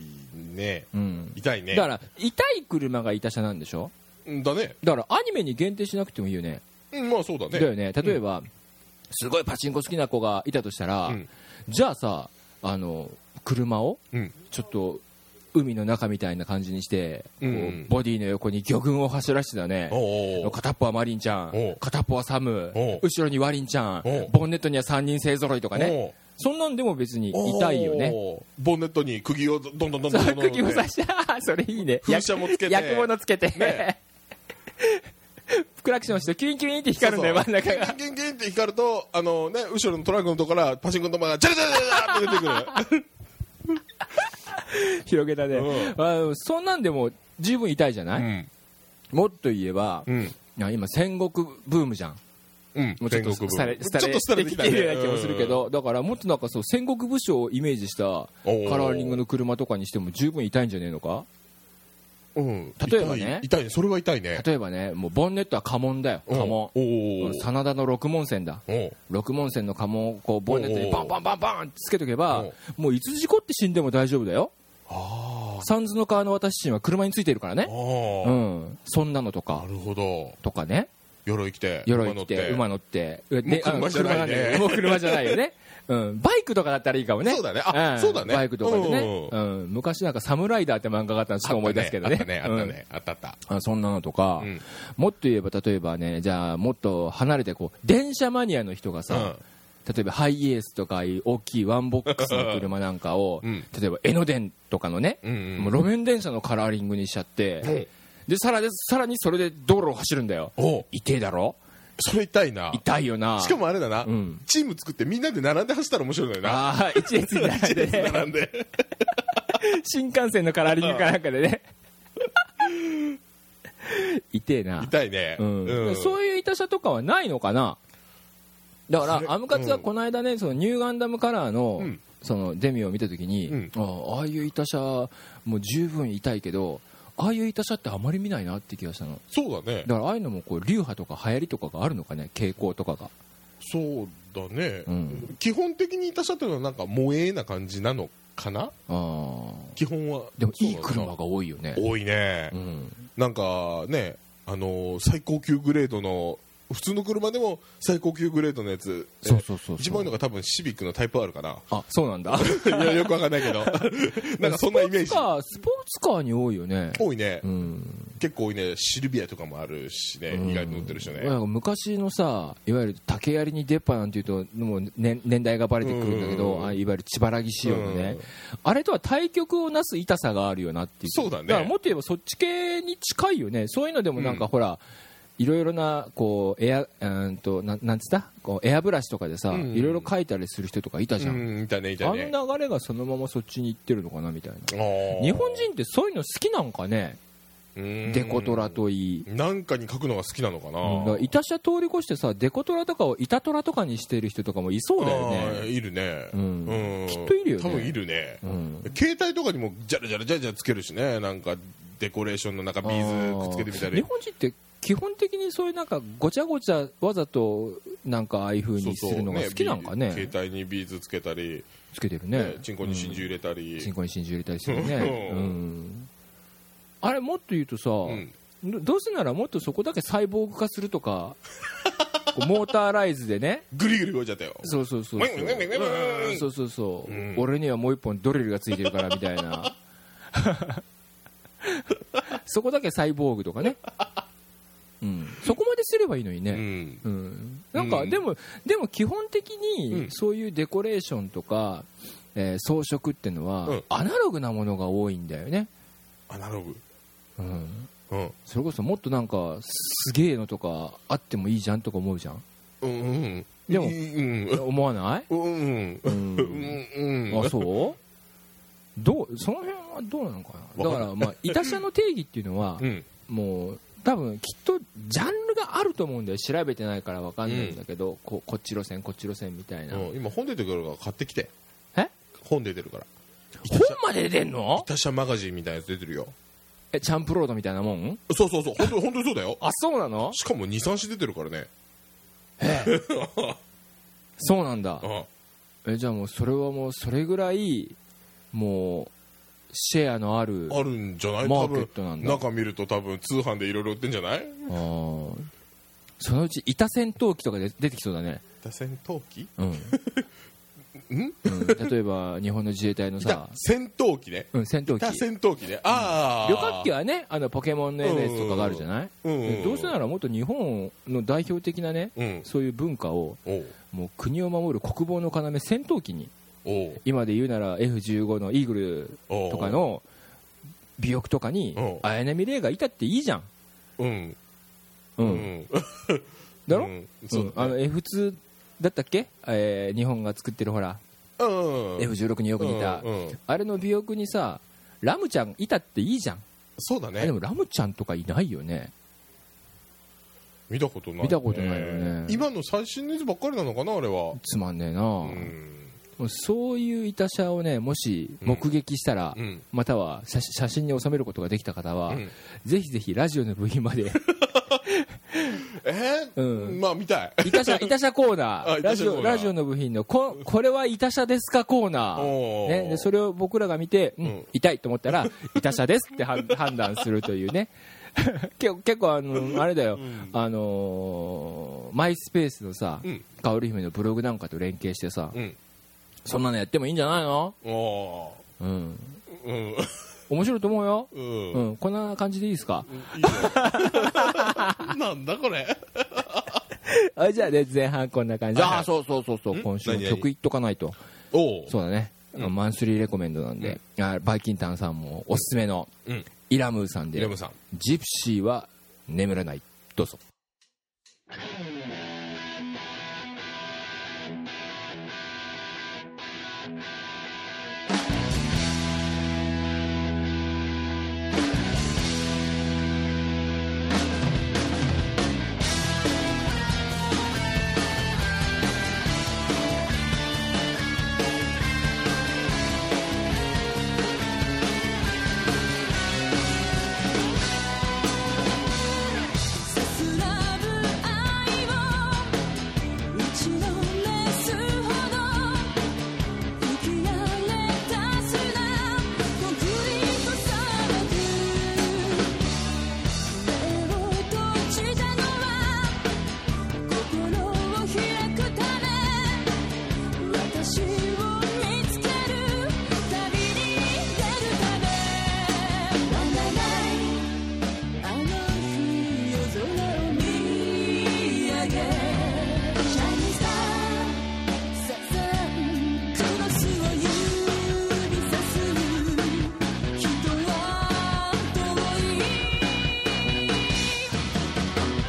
[SPEAKER 2] ね
[SPEAKER 1] うん、
[SPEAKER 2] 痛いね
[SPEAKER 1] だから痛い車がイタ車なんでしょ
[SPEAKER 2] うんだね
[SPEAKER 1] だからアニメに限定しなくてもいいよね
[SPEAKER 2] うんまあそうだね
[SPEAKER 1] だよね例えば、すごいパチンコ好きな子がいたとしたら、
[SPEAKER 2] うん
[SPEAKER 1] じゃあさあの車を
[SPEAKER 2] うん
[SPEAKER 1] ちょっと海の中みたいな感じにして、こう
[SPEAKER 2] うん
[SPEAKER 1] ボディの横に魚群を走らせてたね
[SPEAKER 2] おうおう
[SPEAKER 1] 片っぽはマリンちゃ
[SPEAKER 2] お
[SPEAKER 1] ん
[SPEAKER 2] う
[SPEAKER 1] 片っぽはサム
[SPEAKER 2] おう
[SPEAKER 1] 後ろにワリンちゃん
[SPEAKER 2] おう
[SPEAKER 1] ボンネットには3人勢ぞろいとかね
[SPEAKER 2] おう
[SPEAKER 1] そんなんでも別に痛いよね
[SPEAKER 2] おー。ボンネットに釘をどんどんどんどんどんどんどん
[SPEAKER 1] 釘を刺してそれいいね
[SPEAKER 2] 噴射もつけて
[SPEAKER 1] 薬物つけて、
[SPEAKER 2] ね
[SPEAKER 1] クラクションしてキュインキュインって光るんだよ真ん中が
[SPEAKER 2] そうそうゲンゲンゲンゲンって光るとあのね後ろのトラックのとこからパチンコの玉がジャラジャラジャラって出てくる
[SPEAKER 1] 広げたね、
[SPEAKER 2] う
[SPEAKER 1] あのそんなんでも十分痛いじゃない、もっと言えば、
[SPEAKER 2] うんうん
[SPEAKER 1] いや今戦国ブームじゃん
[SPEAKER 2] うん
[SPEAKER 1] もうちょっと
[SPEAKER 2] 天国
[SPEAKER 1] され
[SPEAKER 2] ちょっと
[SPEAKER 1] さ
[SPEAKER 2] 廃
[SPEAKER 1] れ
[SPEAKER 2] れ
[SPEAKER 1] てきて
[SPEAKER 2] てきた
[SPEAKER 1] る
[SPEAKER 2] ね
[SPEAKER 1] ような気もするけどだからもっとなんかそう戦国武将をイメージした
[SPEAKER 2] ー
[SPEAKER 1] カラーリングの車とかにしても十分痛いんじゃねえのか
[SPEAKER 2] うん
[SPEAKER 1] 例えばね
[SPEAKER 2] 痛い痛いねそれは痛いね
[SPEAKER 1] 例えばねもうボンネットは家紋だよ家紋
[SPEAKER 2] お
[SPEAKER 1] う
[SPEAKER 2] お
[SPEAKER 1] ん真田の六門線だ
[SPEAKER 2] お
[SPEAKER 1] 六門線の家紋をこうボンネットにバンバンバンバンってつけとけば
[SPEAKER 2] おう
[SPEAKER 1] もういつ事故って死んでも大丈夫だよ
[SPEAKER 2] あ
[SPEAKER 1] 三途の川の私自身は車についてるから
[SPEAKER 2] ー
[SPEAKER 1] ね
[SPEAKER 2] あ
[SPEAKER 1] う
[SPEAKER 2] ー
[SPEAKER 1] んそんなのとか
[SPEAKER 2] なるほど
[SPEAKER 1] とかね
[SPEAKER 2] 鎧着て
[SPEAKER 1] 鎧着て馬乗ってで
[SPEAKER 2] も
[SPEAKER 1] あの
[SPEAKER 2] う車じゃないね
[SPEAKER 1] 車がもう車じゃないよ ね、うん、バイクとかだったらいいかもね
[SPEAKER 2] そうだねあそうだね
[SPEAKER 1] バイクとかでね、う
[SPEAKER 2] うん
[SPEAKER 1] 昔なんか「サムライダー」って漫画があったのちょっと思い出すけどね
[SPEAKER 2] あったねあったねあったあった
[SPEAKER 1] うんあそんなのとか、
[SPEAKER 2] うん
[SPEAKER 1] もっと言えば例えばねじゃあもっと離れてこう電車マニアの人がさ、
[SPEAKER 2] うん
[SPEAKER 1] 例えばハイエースとかああいう大きいワンボックスの車なんかを、
[SPEAKER 2] うん
[SPEAKER 1] 例えば江ノ電とかのね、
[SPEAKER 2] うんうん
[SPEAKER 1] もう路面電車のカラーリングにしちゃって、
[SPEAKER 2] うん
[SPEAKER 1] でさらでさらにそれで道路を走るんだよ
[SPEAKER 2] おう
[SPEAKER 1] 痛えだろ
[SPEAKER 2] それ痛いな
[SPEAKER 1] 痛いよな
[SPEAKER 2] しかもあれだな、
[SPEAKER 1] うん
[SPEAKER 2] チーム作ってみんなで並んで走ったら面白いのよな
[SPEAKER 1] ああ一列に 並んでね
[SPEAKER 2] 並んで
[SPEAKER 1] 新幹線のカラーリングかなんかで ね 痛えな
[SPEAKER 2] 痛いね、
[SPEAKER 1] うん
[SPEAKER 2] うん
[SPEAKER 1] そういう痛さとかはないのかなだか
[SPEAKER 2] それ
[SPEAKER 1] らアムカツはこの間ねそのニューガンダムカラーの,、
[SPEAKER 2] うん
[SPEAKER 1] そのデミを見た時に、
[SPEAKER 2] うん
[SPEAKER 1] ああああいう痛さもう十分痛いけどああいう痛さってあまり見ないなって気がしたの
[SPEAKER 2] そうだね
[SPEAKER 1] だからああいうのもこう流派とか流行りとかがあるのかね傾向とかが
[SPEAKER 2] そうだね、
[SPEAKER 1] うん
[SPEAKER 2] 基本的に痛さというのはなんか萌えな感じなのかな
[SPEAKER 1] あー
[SPEAKER 2] 基本は
[SPEAKER 1] でもいい
[SPEAKER 2] そうだな
[SPEAKER 1] 車が多いよね
[SPEAKER 2] 多いね、
[SPEAKER 1] うん
[SPEAKER 2] なんかね、あのー最高級グレードの普通の車でも最高級グレードのやつえ
[SPEAKER 1] そうそうそうそう
[SPEAKER 2] 一番多いのが多分シビックのタイプ R か な
[SPEAKER 1] あそうなん だ
[SPEAKER 2] いやよくわかんない けどなんかそんなイメージ
[SPEAKER 1] あスポーツカーに多いよね
[SPEAKER 2] 多いね、
[SPEAKER 1] うん
[SPEAKER 2] 結構多いねシルビアとかもあるしね、意外と乗ってる人ね、
[SPEAKER 1] なんか昔のさいわゆる竹槍に出っ歯なんていうともう、ね、年代がバレてくるんだけ
[SPEAKER 2] うん
[SPEAKER 1] ど、
[SPEAKER 2] うんうん
[SPEAKER 1] あいわゆる茨城仕様のね、あれとは対極をなす痛さがあるよなっていう
[SPEAKER 2] そうだね
[SPEAKER 1] からもっと言えばそっち系に近いよねそういうのでもなんか、
[SPEAKER 2] うん
[SPEAKER 1] ほらいろいろなこうエアうーんとなんなんつったこうエアブラシとかでさ、
[SPEAKER 2] うん
[SPEAKER 1] いろいろ書いたりする人とかいたじゃん、
[SPEAKER 2] うんいたねいた
[SPEAKER 1] あ
[SPEAKER 2] ね
[SPEAKER 1] の流れがそのままそっちに行ってるのかなみたいな
[SPEAKER 2] あー
[SPEAKER 1] 日本人ってそういうの好きなんかね
[SPEAKER 2] うん
[SPEAKER 1] デコトラといい
[SPEAKER 2] なんかに書くのが好きなのかな、
[SPEAKER 1] うんだからイタシャ通り越してさデコトラとかをイタトラとかにしてる人とかもいそうだよ
[SPEAKER 2] あー
[SPEAKER 1] ね
[SPEAKER 2] いるね、
[SPEAKER 1] うん
[SPEAKER 2] うん
[SPEAKER 1] きっといるよね
[SPEAKER 2] 多分いるね、
[SPEAKER 1] うん
[SPEAKER 2] 携帯とかにもジャラジャラジャラジャラつけるしねなんかデコレーションの中ビーズくっつけてみた
[SPEAKER 1] あー日
[SPEAKER 2] り
[SPEAKER 1] 本人って基本的にそういうなんかごちゃごちゃわざとなんかああいう風にするのが好きなんかね
[SPEAKER 2] ビー携帯にビーズつけたり、
[SPEAKER 1] つけてる
[SPEAKER 2] ね
[SPEAKER 1] ね、
[SPEAKER 2] チンコに真珠入れたり、
[SPEAKER 1] チンコに真珠入れたりする ね、
[SPEAKER 2] う
[SPEAKER 1] うんん、あれもっと言うとさ、
[SPEAKER 2] うん
[SPEAKER 1] どどうせならもっとそこだけサイボーグ化するとかこうモーターライズでね
[SPEAKER 2] グリグリ動いちゃったよ
[SPEAKER 1] そうそうそう
[SPEAKER 2] ウィンウィンウィンウィンウィン
[SPEAKER 1] うんそうそうそう、
[SPEAKER 2] うん
[SPEAKER 1] 俺にはもう一本ドリルがついてるからみたいな そこだけサイボーグとかね、うん、そこまですればいいのに
[SPEAKER 2] う
[SPEAKER 1] ね、
[SPEAKER 2] ん
[SPEAKER 1] うんなんか、
[SPEAKER 2] うん
[SPEAKER 1] でもでも基本的
[SPEAKER 2] うん
[SPEAKER 1] にそういうデコレーションとか、えー装飾ってのは、
[SPEAKER 2] うん
[SPEAKER 1] アナログなものが多いんだよね、
[SPEAKER 2] アナログ
[SPEAKER 1] うん、
[SPEAKER 2] うん
[SPEAKER 1] それこそもっとなんかすげえのとかあってもいいじゃんとか思うじゃん
[SPEAKER 2] うんうん
[SPEAKER 1] でも
[SPEAKER 2] うん
[SPEAKER 1] 思わない、
[SPEAKER 2] うんうん
[SPEAKER 1] う
[SPEAKER 2] うん んう ん
[SPEAKER 1] あそうどうその辺はどうなのかなだから、まあ、イタシャの定義っていうのは
[SPEAKER 2] う、ん
[SPEAKER 1] もう多分きっとジャンルがあると思うんだよ調べてないから分かんないんだけど、ここっち路線こっち路線みたいな、
[SPEAKER 2] うん今本出てるから買ってきて
[SPEAKER 1] え
[SPEAKER 2] 本出てるから
[SPEAKER 1] 本まで出んの
[SPEAKER 2] 他社マガジンみたいなやつ出てるよ
[SPEAKER 1] えチャンプロードみたいなもん
[SPEAKER 2] そうそうそう本当に本当にそうだよ
[SPEAKER 1] あそうなの
[SPEAKER 2] しかも23紙出てるからね
[SPEAKER 1] そうなんだ
[SPEAKER 2] うん
[SPEAKER 1] えじゃあもうそれはもうそれぐらいもうシェアのある
[SPEAKER 2] あるんじゃない
[SPEAKER 1] マ
[SPEAKER 2] 多
[SPEAKER 1] ーケッ
[SPEAKER 2] 分
[SPEAKER 1] トなんだ
[SPEAKER 2] 中見ると多分通販でいろいろ売ってんじゃない
[SPEAKER 1] あーそのうち板戦闘機とかで出てきそうだね
[SPEAKER 2] 打戦闘機
[SPEAKER 1] うん、 うん例えば日本の自衛隊のさ、
[SPEAKER 2] 戦闘機ね
[SPEAKER 1] うん、戦闘
[SPEAKER 2] 打
[SPEAKER 1] 機
[SPEAKER 2] 戦闘機ねああ
[SPEAKER 1] 旅客機はねあのポケモンの
[SPEAKER 2] うん
[SPEAKER 1] NS とかがあるじゃない、
[SPEAKER 2] うん
[SPEAKER 1] どうせならもっと日本の代表的なね、
[SPEAKER 2] うん
[SPEAKER 1] そういう文化を
[SPEAKER 2] おう
[SPEAKER 1] もう国を守る国防の要戦闘機に
[SPEAKER 2] おう
[SPEAKER 1] 今で言うなら F15 のイーグルとかの尾翼とかに
[SPEAKER 2] うん
[SPEAKER 1] 綾波レイがいたっていいじゃん、
[SPEAKER 2] うん
[SPEAKER 1] うん
[SPEAKER 2] うん
[SPEAKER 1] だろ、
[SPEAKER 2] う
[SPEAKER 1] うん
[SPEAKER 2] んそう
[SPEAKER 1] あの F2 だったっけ、えー日本が作ってるほら、
[SPEAKER 2] うん
[SPEAKER 1] F16 によく似た、
[SPEAKER 2] うんうん
[SPEAKER 1] あれの尾翼にさラムちゃんいたっていいじゃん、
[SPEAKER 2] そうだ
[SPEAKER 1] あれで
[SPEAKER 2] ね
[SPEAKER 1] もラムちゃんとかいないよね
[SPEAKER 2] 見たことない
[SPEAKER 1] 見たことないよね
[SPEAKER 2] 今の最新のやつばっかりなのかなあれは
[SPEAKER 1] つまんねえな、
[SPEAKER 2] うん
[SPEAKER 1] もうそういういたしゃをねもし目撃したら、
[SPEAKER 2] うん
[SPEAKER 1] または写写真に収めることができた方は、
[SPEAKER 2] うん
[SPEAKER 1] ぜひぜひラジオの部品まで
[SPEAKER 2] えー
[SPEAKER 1] うん
[SPEAKER 2] まあ見たい
[SPEAKER 1] いたしゃいたしゃコーナ
[SPEAKER 2] あ
[SPEAKER 1] ー
[SPEAKER 2] いた
[SPEAKER 1] ラ
[SPEAKER 2] しゃ
[SPEAKER 1] ジ
[SPEAKER 2] コーナ
[SPEAKER 1] オ
[SPEAKER 2] ー
[SPEAKER 1] ラジオの部品のここれはいたしゃですかコーナ
[SPEAKER 2] お
[SPEAKER 1] ー、
[SPEAKER 2] ー
[SPEAKER 1] ね、でそれを僕らが見て、うん
[SPEAKER 2] うん
[SPEAKER 1] 痛いと思った らいたしゃですって判判断するというね 結構結構あのあれだよ、
[SPEAKER 2] うん
[SPEAKER 1] あのーマイスペースのさ、
[SPEAKER 2] うん
[SPEAKER 1] かおる姫のブログなんかと連携してさ、
[SPEAKER 2] うん
[SPEAKER 1] そんなのやってもいいんじゃないの、
[SPEAKER 2] あ
[SPEAKER 1] うん、
[SPEAKER 2] あうん
[SPEAKER 1] 面白いと思うよ
[SPEAKER 2] うん
[SPEAKER 1] うん、こんな感じでいいですか、
[SPEAKER 2] いいよなんだこれ
[SPEAKER 1] あじゃあね前半こんな感じで、
[SPEAKER 2] はいはい
[SPEAKER 1] あそうそうそうそう今週の
[SPEAKER 2] 何々
[SPEAKER 1] 曲いっとかないと
[SPEAKER 2] おう
[SPEAKER 1] そうだね、マンスリーレコメンドなんで、あバイキンタンさんもおすすめの
[SPEAKER 2] うん
[SPEAKER 1] イラムーさんで
[SPEAKER 2] イラムーさん
[SPEAKER 1] ジプシーは眠らない」どうぞ
[SPEAKER 5] 「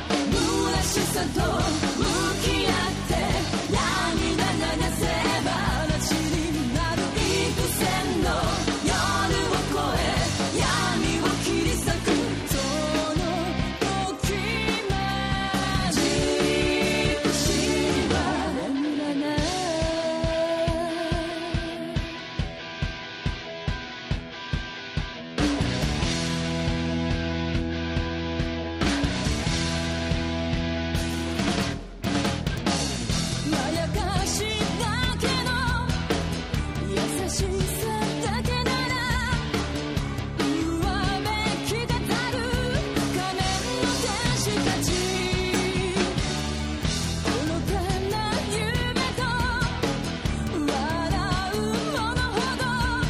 [SPEAKER 5] と向き合って涙流せば話になる幾千の夜を越え闇を切り裂くその時まで私は眠らないまやかしだけの優しさだけなら言わべきがたる仮面の天使たち愚かな夢と笑うものほど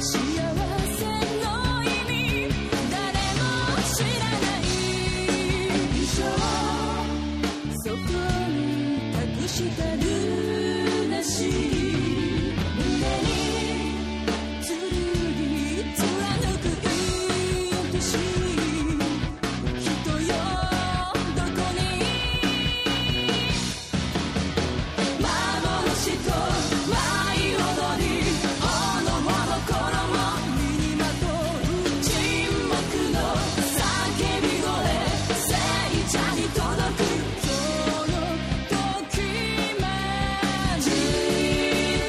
[SPEAKER 5] 幸せの意味誰も知らない以上そこに隠したルナシー胸に剣貫く愛しい人よどこに幻と舞い踊り炎の衣身にまとう沈黙の叫び声聖者に届くその時まで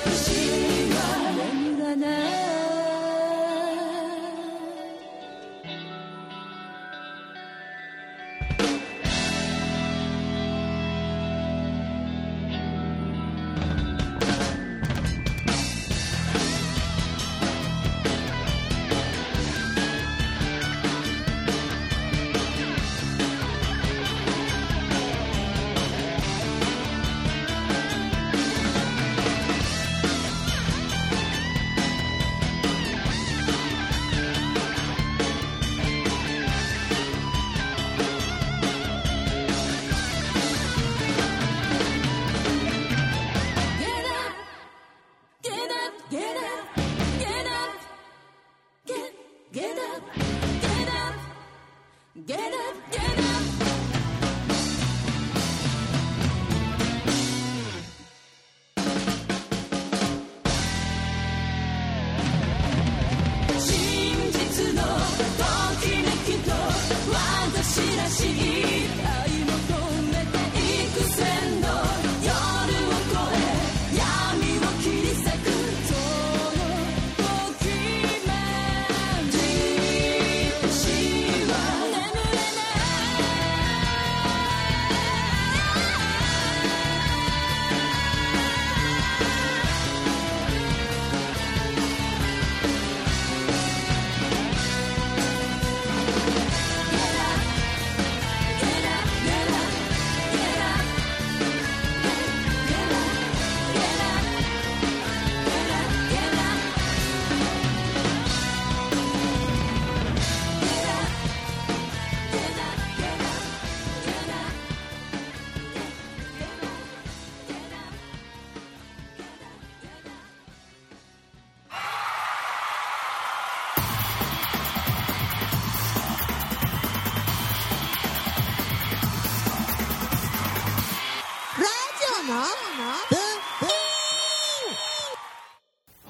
[SPEAKER 5] 私は眠らない「Get up! Get up! Get up! Get up! 真実のときめきと私らしい愛求めて幾千の夜を越え闇を切り裂くその時まで私は眠れない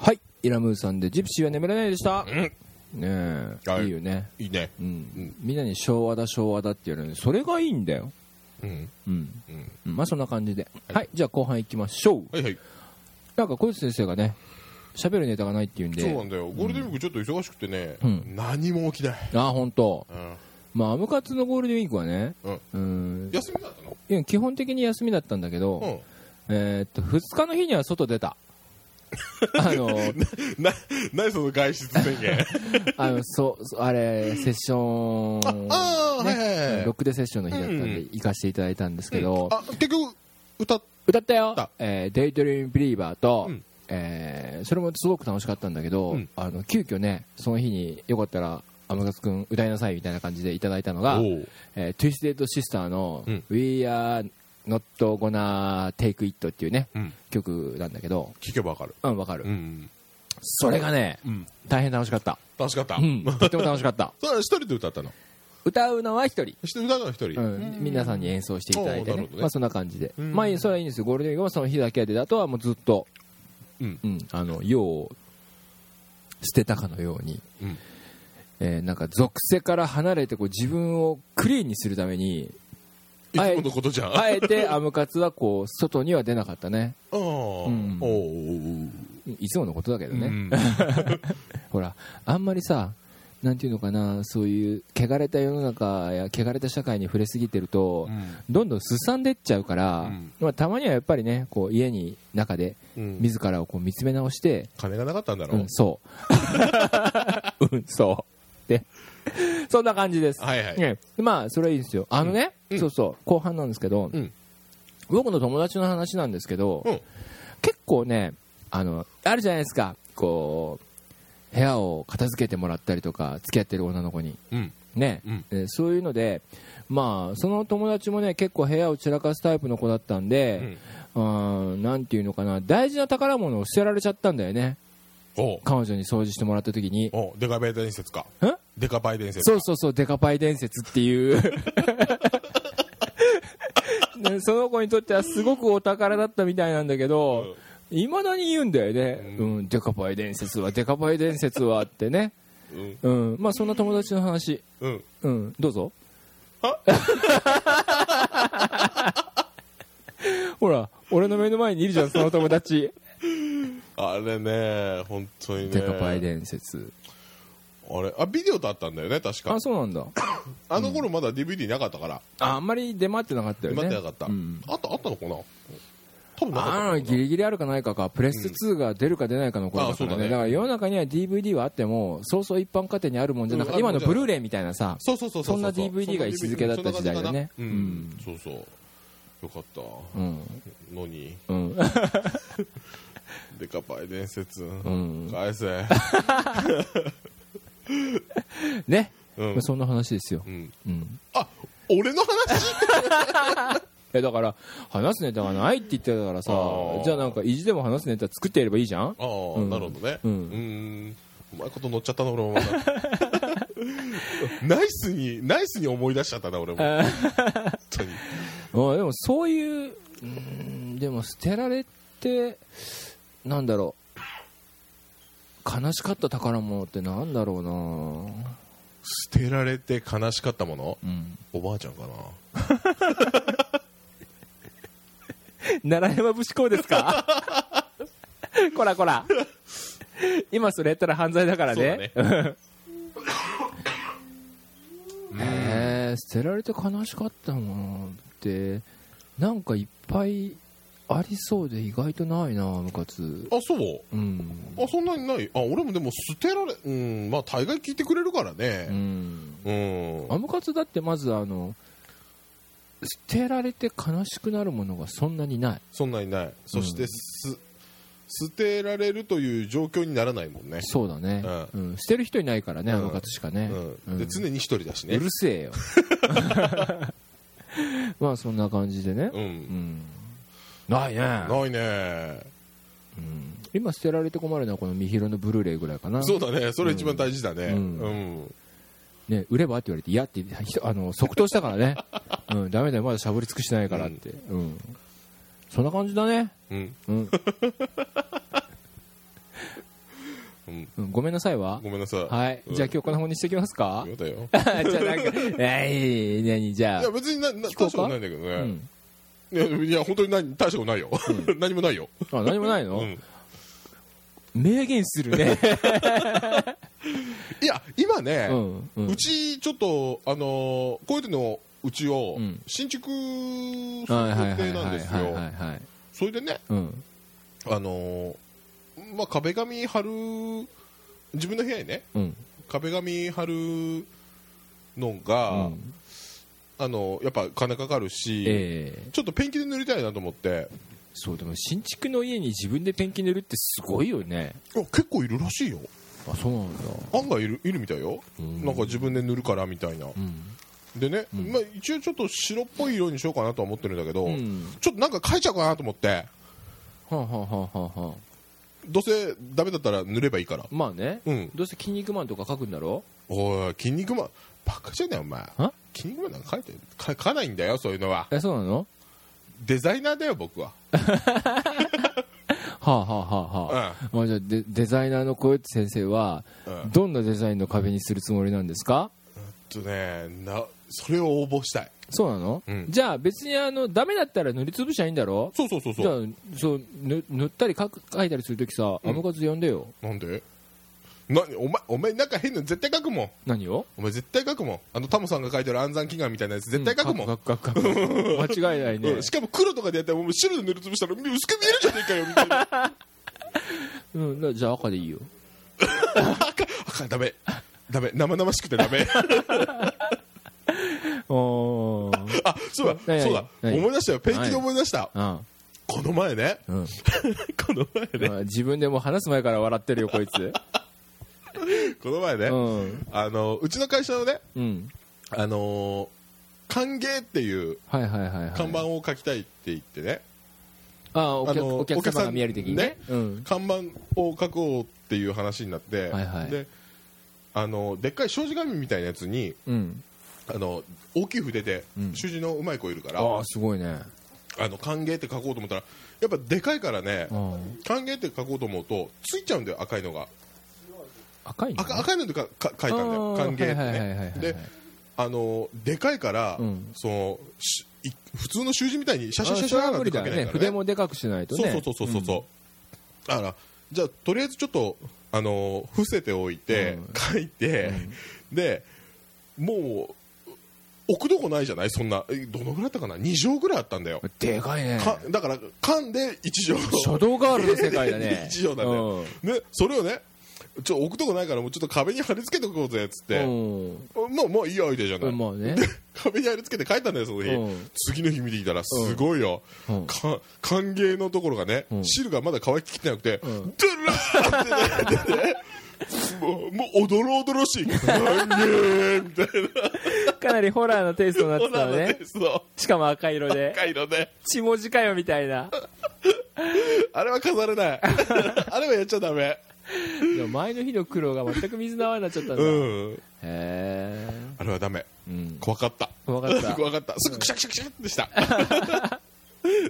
[SPEAKER 1] はいイラムーさんで「ジプシーは眠れない」でした
[SPEAKER 2] ん
[SPEAKER 1] ね
[SPEAKER 2] は
[SPEAKER 1] え
[SPEAKER 2] い
[SPEAKER 1] いいよね
[SPEAKER 2] いいね
[SPEAKER 1] うん
[SPEAKER 2] うん
[SPEAKER 1] みんなに昭和だ昭和だって言われるのそれがいいんだよ
[SPEAKER 2] うん
[SPEAKER 1] うん
[SPEAKER 2] うん
[SPEAKER 1] うんまあそんな感じで
[SPEAKER 2] はい
[SPEAKER 1] はいじゃあ後半行きましょう
[SPEAKER 2] はいはい
[SPEAKER 1] なんか小内先生がね喋るネタがないっていうんで
[SPEAKER 2] そうなんだよゴールデンウィークちょっと忙しくてね
[SPEAKER 1] うん
[SPEAKER 2] 何も起きない
[SPEAKER 1] ああ本当。
[SPEAKER 2] うん
[SPEAKER 1] まあアムカツのゴールデンウィークはね
[SPEAKER 2] うん
[SPEAKER 1] うん
[SPEAKER 2] 休みだったの
[SPEAKER 1] いや基本的に休みだったんだけ
[SPEAKER 2] う
[SPEAKER 1] ど、
[SPEAKER 2] ん
[SPEAKER 1] えーっと2日の日には外出 たあの
[SPEAKER 2] な何その外出宣言
[SPEAKER 1] あのそうそうあれセッション
[SPEAKER 2] ああーはいはいはい
[SPEAKER 1] ロックでセッションの日だったんで
[SPEAKER 2] うん
[SPEAKER 1] 行かせていただいたんですけど、
[SPEAKER 2] あ結局歌っ
[SPEAKER 1] 歌ったよ
[SPEAKER 2] だ
[SPEAKER 1] 「えー、デイトリーム・ビリーバーと」
[SPEAKER 2] うん
[SPEAKER 1] えーそれもすごく楽しかったんだけど、
[SPEAKER 2] うん
[SPEAKER 1] あの急遽ねその日によかったらアムカツくん歌いなさいみたいな感じでいただいたの
[SPEAKER 2] た
[SPEAKER 1] が「えー、Twisted Sister」の
[SPEAKER 2] うん
[SPEAKER 1] 「We Are Not Gonna Take It」っていうね
[SPEAKER 2] うん
[SPEAKER 1] 曲なんだけど
[SPEAKER 2] 聞けばわかる
[SPEAKER 1] うんわかる、
[SPEAKER 2] うん
[SPEAKER 1] それがね
[SPEAKER 2] うん
[SPEAKER 1] 大変楽しかった、
[SPEAKER 2] 楽しかった
[SPEAKER 1] うん、とても楽しかった
[SPEAKER 2] それは一人で歌ったの
[SPEAKER 1] 歌うのは一人
[SPEAKER 2] そして歌うのは一人、
[SPEAKER 1] うん、皆さんに演奏していただいて
[SPEAKER 2] おー
[SPEAKER 1] ね
[SPEAKER 2] なるほどね
[SPEAKER 1] まあ、そんな感じで、
[SPEAKER 2] うん
[SPEAKER 1] まあそれはいいんですよゴールデンウィークはその日だけであとはもうずっと、
[SPEAKER 2] うん
[SPEAKER 1] あの世を捨てたかのように、
[SPEAKER 2] うん
[SPEAKER 1] えーなんか属性から離れてこう自分をクリーンにするため に
[SPEAKER 2] いつものことじゃん、
[SPEAKER 1] あえてアムカツはこう外には出なかったね
[SPEAKER 2] ああ、
[SPEAKER 1] ん
[SPEAKER 2] おう
[SPEAKER 1] いつものことだけど
[SPEAKER 2] おう
[SPEAKER 1] ね、
[SPEAKER 2] うん
[SPEAKER 1] ほらあんまりさなんていうのかなそういう汚れた世の中や汚れた社会に触れすぎてると、
[SPEAKER 2] うん
[SPEAKER 1] どんどんすさんでっちゃうから、
[SPEAKER 2] うん
[SPEAKER 1] まあ、たまにはやっぱりねこう家に中で
[SPEAKER 2] うん
[SPEAKER 1] 自らをこう見つめ直して、
[SPEAKER 2] 金がなかったんだ
[SPEAKER 1] う
[SPEAKER 2] ろ
[SPEAKER 1] ん
[SPEAKER 2] う、
[SPEAKER 1] そううん そうでそんな感じです、
[SPEAKER 2] はいはい、
[SPEAKER 1] ね、まあそれはいいですよあのね、
[SPEAKER 2] うん
[SPEAKER 1] そうそう後半なんですけど、
[SPEAKER 2] うん
[SPEAKER 1] 僕の友達の話なんですけど、
[SPEAKER 2] うん
[SPEAKER 1] 結構ねあのあるじゃないですかこう部屋を片付けてもらったりとか付き合ってる女の子に
[SPEAKER 2] うん
[SPEAKER 1] ね、
[SPEAKER 2] うん
[SPEAKER 1] えーそういうので、まあ、その友達もね結構部屋を散らかすタイプの子だったんで、うーん、なんていうのかな大事な宝物を捨てられちゃったんだよね
[SPEAKER 2] おう
[SPEAKER 1] 彼女に掃除してもらった時に
[SPEAKER 2] おうデカバイ伝説か
[SPEAKER 1] ん
[SPEAKER 2] デカバイ伝説
[SPEAKER 1] そうそうそうデカパイ伝説っていう ねその子にとってはすごくお宝だったみたいなんだけどいま、未だに言うんだよね、う
[SPEAKER 2] うん
[SPEAKER 1] デカパイ伝説はデカパイ伝説はってね、
[SPEAKER 2] うん
[SPEAKER 1] うんまあ、そんな友達の話、
[SPEAKER 2] うん
[SPEAKER 1] うん、どうぞ
[SPEAKER 2] あ
[SPEAKER 1] ほら俺の目の前にいるじゃんその友達
[SPEAKER 2] あれね本当にね
[SPEAKER 1] デカパイ伝説
[SPEAKER 2] あれあビデオだったんだよね確か
[SPEAKER 1] あそうなんだ
[SPEAKER 2] あの頃まだ DVD なかったから
[SPEAKER 1] ああんまり出回ってなかったよね
[SPEAKER 2] 待ってなかった、
[SPEAKER 1] うん
[SPEAKER 2] あったあったのかな多分なか
[SPEAKER 1] あ
[SPEAKER 2] ったのか
[SPEAKER 1] あ
[SPEAKER 2] な
[SPEAKER 1] ギリギリあるかないかかプレステ2が出るか出ないかの頃だからね,、
[SPEAKER 2] あそうだね
[SPEAKER 1] だから世の中には DVD はあってもそうそう一般家庭にあるもんじゃなく
[SPEAKER 2] う
[SPEAKER 1] て
[SPEAKER 2] ん
[SPEAKER 1] 今のブルーレイみたいなさ
[SPEAKER 2] そうそうそうう
[SPEAKER 1] そんな DVD が位置づけだった時代だね
[SPEAKER 2] そんな
[SPEAKER 1] うん
[SPEAKER 2] 感じかなうん、そうそうよかった、
[SPEAKER 1] うん
[SPEAKER 2] のに
[SPEAKER 1] うん
[SPEAKER 2] デカパイ伝説、
[SPEAKER 1] ん
[SPEAKER 2] 返せ、
[SPEAKER 1] ね、
[SPEAKER 2] うん
[SPEAKER 1] まあそんな話ですよ
[SPEAKER 2] う、ん、
[SPEAKER 1] うん、
[SPEAKER 2] あ俺の話
[SPEAKER 1] えだから話すネタがないって言ってたからさ
[SPEAKER 2] あー
[SPEAKER 1] じゃあなんか意地でも話すネタ作ってやればいいじゃん
[SPEAKER 2] ああ、
[SPEAKER 1] うん
[SPEAKER 2] なるほどね
[SPEAKER 1] う
[SPEAKER 2] うんんんうまいこと乗っちゃったな俺もま だナイスにナイスに思い出しちゃったな俺も本当に
[SPEAKER 1] うんでもそういううんでも捨てられてなんだろう悲しかった宝物ってなんだろうな
[SPEAKER 2] 捨てられて悲しかったもの
[SPEAKER 1] うん
[SPEAKER 2] おばあちゃんかな
[SPEAKER 1] 奈良山節子です かこらこら今それやったら犯罪だからね
[SPEAKER 2] そう
[SPEAKER 1] えー捨てられて悲しかったものってなんかいっぱいありそうで意外とないなムカツ
[SPEAKER 2] あそう
[SPEAKER 1] うん
[SPEAKER 2] あそんなにないあ俺もでも捨てられうんまあ大概聞いてくれるから
[SPEAKER 1] う
[SPEAKER 2] ね
[SPEAKER 1] ん
[SPEAKER 2] うん、
[SPEAKER 1] アムカツだってまずあの捨てられて悲しくなるものがそんなにない
[SPEAKER 2] そんなにないそしてす、捨てられるという状況にならないもんね
[SPEAKER 1] そうだね、う
[SPEAKER 2] うん
[SPEAKER 1] 捨てる人いないからね、
[SPEAKER 2] うん
[SPEAKER 1] アムカツしかね、
[SPEAKER 2] うん、で
[SPEAKER 1] うん
[SPEAKER 2] 常に一人だし
[SPEAKER 1] う
[SPEAKER 2] ね
[SPEAKER 1] るせ えよまあそんな感じでね、
[SPEAKER 2] うん、
[SPEAKER 1] うん、ないね
[SPEAKER 2] ないね
[SPEAKER 1] うん今捨てられて困るのはこのみひろのブルーレイぐらいかな
[SPEAKER 2] そうだねそれ一番大事だね
[SPEAKER 1] う
[SPEAKER 2] うんん、
[SPEAKER 1] ね、売ればって言われて嫌ってひとあの即答したからね、うん、ダメだよまだしゃぶり尽くしてないからって、うんそんな感じだね、
[SPEAKER 2] うん
[SPEAKER 1] うん
[SPEAKER 2] うん
[SPEAKER 1] うんごめんなさいわ
[SPEAKER 2] ごめんなさい、
[SPEAKER 1] はいじゃあ今日こんな方にしていきますか、
[SPEAKER 2] そうだよ
[SPEAKER 1] じゃあなんか「えい何じゃ
[SPEAKER 2] い
[SPEAKER 1] あ
[SPEAKER 2] や」別になな
[SPEAKER 1] 聞こうか
[SPEAKER 2] 大したことないんだけど
[SPEAKER 1] う
[SPEAKER 2] ね、
[SPEAKER 1] ん、
[SPEAKER 2] いやいや本当に何大したことないよ、 何もないよ、
[SPEAKER 1] あ何もないうの、
[SPEAKER 2] ん、
[SPEAKER 1] 明言する ね、
[SPEAKER 2] いや今ね、
[SPEAKER 1] うんう、
[SPEAKER 2] うんちちょっとあのーこういうのうちを
[SPEAKER 1] うん
[SPEAKER 2] 新築する予
[SPEAKER 1] はいはいはい
[SPEAKER 2] 定なんです
[SPEAKER 1] はい
[SPEAKER 2] よ
[SPEAKER 1] はいはいはい
[SPEAKER 2] それでね
[SPEAKER 1] うん
[SPEAKER 2] あのーまあ壁紙貼る自分の部屋にね
[SPEAKER 1] うん
[SPEAKER 2] 壁紙貼るのが、
[SPEAKER 1] うん
[SPEAKER 2] あのやっぱ金かかるし、
[SPEAKER 1] ええ
[SPEAKER 2] ちょっとペンキで塗りたいなと思って
[SPEAKER 1] そうでも新築の家に自分でペンキ塗るってすごいよね
[SPEAKER 2] いや結構いるらしいよ
[SPEAKER 1] あそうなんだ
[SPEAKER 2] 案外いるいるみたいよ、
[SPEAKER 1] うん
[SPEAKER 2] なんか自分で塗るからみたいな、
[SPEAKER 1] うん
[SPEAKER 2] でね、まあ、一応ちょっと白っぽい色にしようかなとは思ってるんだけど、
[SPEAKER 1] うん
[SPEAKER 2] ちょっとなんか描いちゃおうかなと思って
[SPEAKER 1] はあ、はあはあはあはあ、
[SPEAKER 2] どうせダメだったら塗ればいいから
[SPEAKER 1] まあね、
[SPEAKER 2] うん
[SPEAKER 1] どうせ「筋肉マン」とか書くんだろ
[SPEAKER 2] おい筋肉マンバカじゃねえお前キングなんか書いて書かないんだよそういうのは
[SPEAKER 1] えそうなの
[SPEAKER 2] デザイナーだよ僕は
[SPEAKER 1] はあはあはあはあ、まあ、じゃあデデザイナーの小内先生は、
[SPEAKER 2] うん
[SPEAKER 1] どんなデザインの壁にするつもりなんですか
[SPEAKER 2] ちょっとねなそれを応募したい
[SPEAKER 1] そうなの、
[SPEAKER 2] うん
[SPEAKER 1] じゃあ別にあのダメだったら塗りつぶしゃいいんだろ
[SPEAKER 2] そうそうそう
[SPEAKER 1] じゃ
[SPEAKER 2] そ
[SPEAKER 1] あ
[SPEAKER 2] う
[SPEAKER 1] そうぬ塗ったり書く書いたりするときさ、
[SPEAKER 2] うん
[SPEAKER 1] アムカツ呼んでよ
[SPEAKER 2] なんでなお前お前なんか変なの絶対書くもん
[SPEAKER 1] 何を
[SPEAKER 2] お前絶対書くもんあのタモさんが書いてる暗算祈願みたいなやつ絶対書くもん、
[SPEAKER 1] うん書く書く書 く間違いないね、
[SPEAKER 2] うんしかも黒とかでやったらもう白で塗りつぶしたら薄く見えるじゃねえかよみたいな
[SPEAKER 1] うん、なじゃあ赤でいいよ
[SPEAKER 2] 赤赤ダメダメ生々しくてダ メ
[SPEAKER 1] おー
[SPEAKER 2] あそう
[SPEAKER 1] 何々
[SPEAKER 2] だそうだ
[SPEAKER 1] 何々
[SPEAKER 2] 思い出したよペンキで思い出した
[SPEAKER 1] うん
[SPEAKER 2] この前ね
[SPEAKER 1] うん
[SPEAKER 2] この前ね
[SPEAKER 1] まあ自分でもう話す前から笑ってるよこい つ
[SPEAKER 2] この前ね
[SPEAKER 1] うん
[SPEAKER 2] あのうちの会社のね
[SPEAKER 1] うん
[SPEAKER 2] あのー歓迎っていう
[SPEAKER 1] はいはいはい、はい、
[SPEAKER 2] 看板を書きたいって言ってね、
[SPEAKER 1] あお客
[SPEAKER 2] あの
[SPEAKER 1] お客様が見える的にね
[SPEAKER 2] お
[SPEAKER 1] うん、
[SPEAKER 2] 看板を書こうっていう話になって、
[SPEAKER 1] はいはい
[SPEAKER 2] であのでっかい障子紙みたいなやつに
[SPEAKER 1] うん、
[SPEAKER 2] あの大きい筆で、
[SPEAKER 1] うん
[SPEAKER 2] 習字のうまい子いるから
[SPEAKER 1] ああすごいね
[SPEAKER 2] あの歓迎って書こうと思ったらやっぱでかいからね、
[SPEAKER 1] うん
[SPEAKER 2] 歓迎って書こうと思うとついちゃうんだよ赤いのが
[SPEAKER 1] 赤いの
[SPEAKER 2] 赤赤いのでかか書いたんだよ
[SPEAKER 1] あー
[SPEAKER 2] 歓迎ってね、
[SPEAKER 1] はいはいはいはいはい
[SPEAKER 2] であのでかいから、
[SPEAKER 1] うん
[SPEAKER 2] そのしい普通の習字みたいにシャシャシ
[SPEAKER 1] あ
[SPEAKER 2] ャシ
[SPEAKER 1] それ
[SPEAKER 2] ャ
[SPEAKER 1] は
[SPEAKER 2] なん
[SPEAKER 1] 無
[SPEAKER 2] て
[SPEAKER 1] 理だ
[SPEAKER 2] 書け
[SPEAKER 1] よ
[SPEAKER 2] な
[SPEAKER 1] ね
[SPEAKER 2] いから
[SPEAKER 1] 筆
[SPEAKER 2] ね
[SPEAKER 1] もでかくしないとね
[SPEAKER 2] そうそうそうそうそう、だからじゃあとりあえずちょっとあの伏せておいて、
[SPEAKER 1] うん
[SPEAKER 2] 書いて、でもう置くとこないじゃないそんなえどのぐらいあったかな2畳ぐらいあったんだよ、
[SPEAKER 1] でかいね
[SPEAKER 2] かだから噛んで1畳
[SPEAKER 1] 書道ガールの世界だね
[SPEAKER 2] 一畳だね,、ねそれをねちょ置くとこないからもうちょっと壁に貼り付けておこうぜっつっ
[SPEAKER 1] う
[SPEAKER 2] て、
[SPEAKER 1] んうん
[SPEAKER 2] まあまあいいアイデアじゃない、
[SPEAKER 1] まあね
[SPEAKER 2] 壁に貼り付けて書いたんだよその日、
[SPEAKER 1] うん
[SPEAKER 2] 次の日見てきたらすごいよ、
[SPEAKER 1] うん
[SPEAKER 2] か歓迎のところがね、
[SPEAKER 1] うん
[SPEAKER 2] 汁がまだ乾ききってなくて、ド
[SPEAKER 1] ん
[SPEAKER 2] ゥルーってねでねもうもうおどろおどろしい歓迎みたい
[SPEAKER 1] かなりホラーのテイストになって
[SPEAKER 2] な
[SPEAKER 1] た
[SPEAKER 2] な
[SPEAKER 1] の
[SPEAKER 2] の
[SPEAKER 1] ね
[SPEAKER 2] でそう
[SPEAKER 1] しかも赤色で
[SPEAKER 2] 赤色で
[SPEAKER 1] 血文字かよみたいな
[SPEAKER 2] あれは飾れないあれはやっちゃダメ
[SPEAKER 1] いや前の日の苦労が全く水の泡になっちゃったんだ、
[SPEAKER 2] う
[SPEAKER 1] へ
[SPEAKER 2] ん
[SPEAKER 1] え、
[SPEAKER 2] あれはダメ
[SPEAKER 1] うん、
[SPEAKER 2] 怖かった
[SPEAKER 1] 怖かった
[SPEAKER 2] 怖かったすぐクシャクシャクシャってした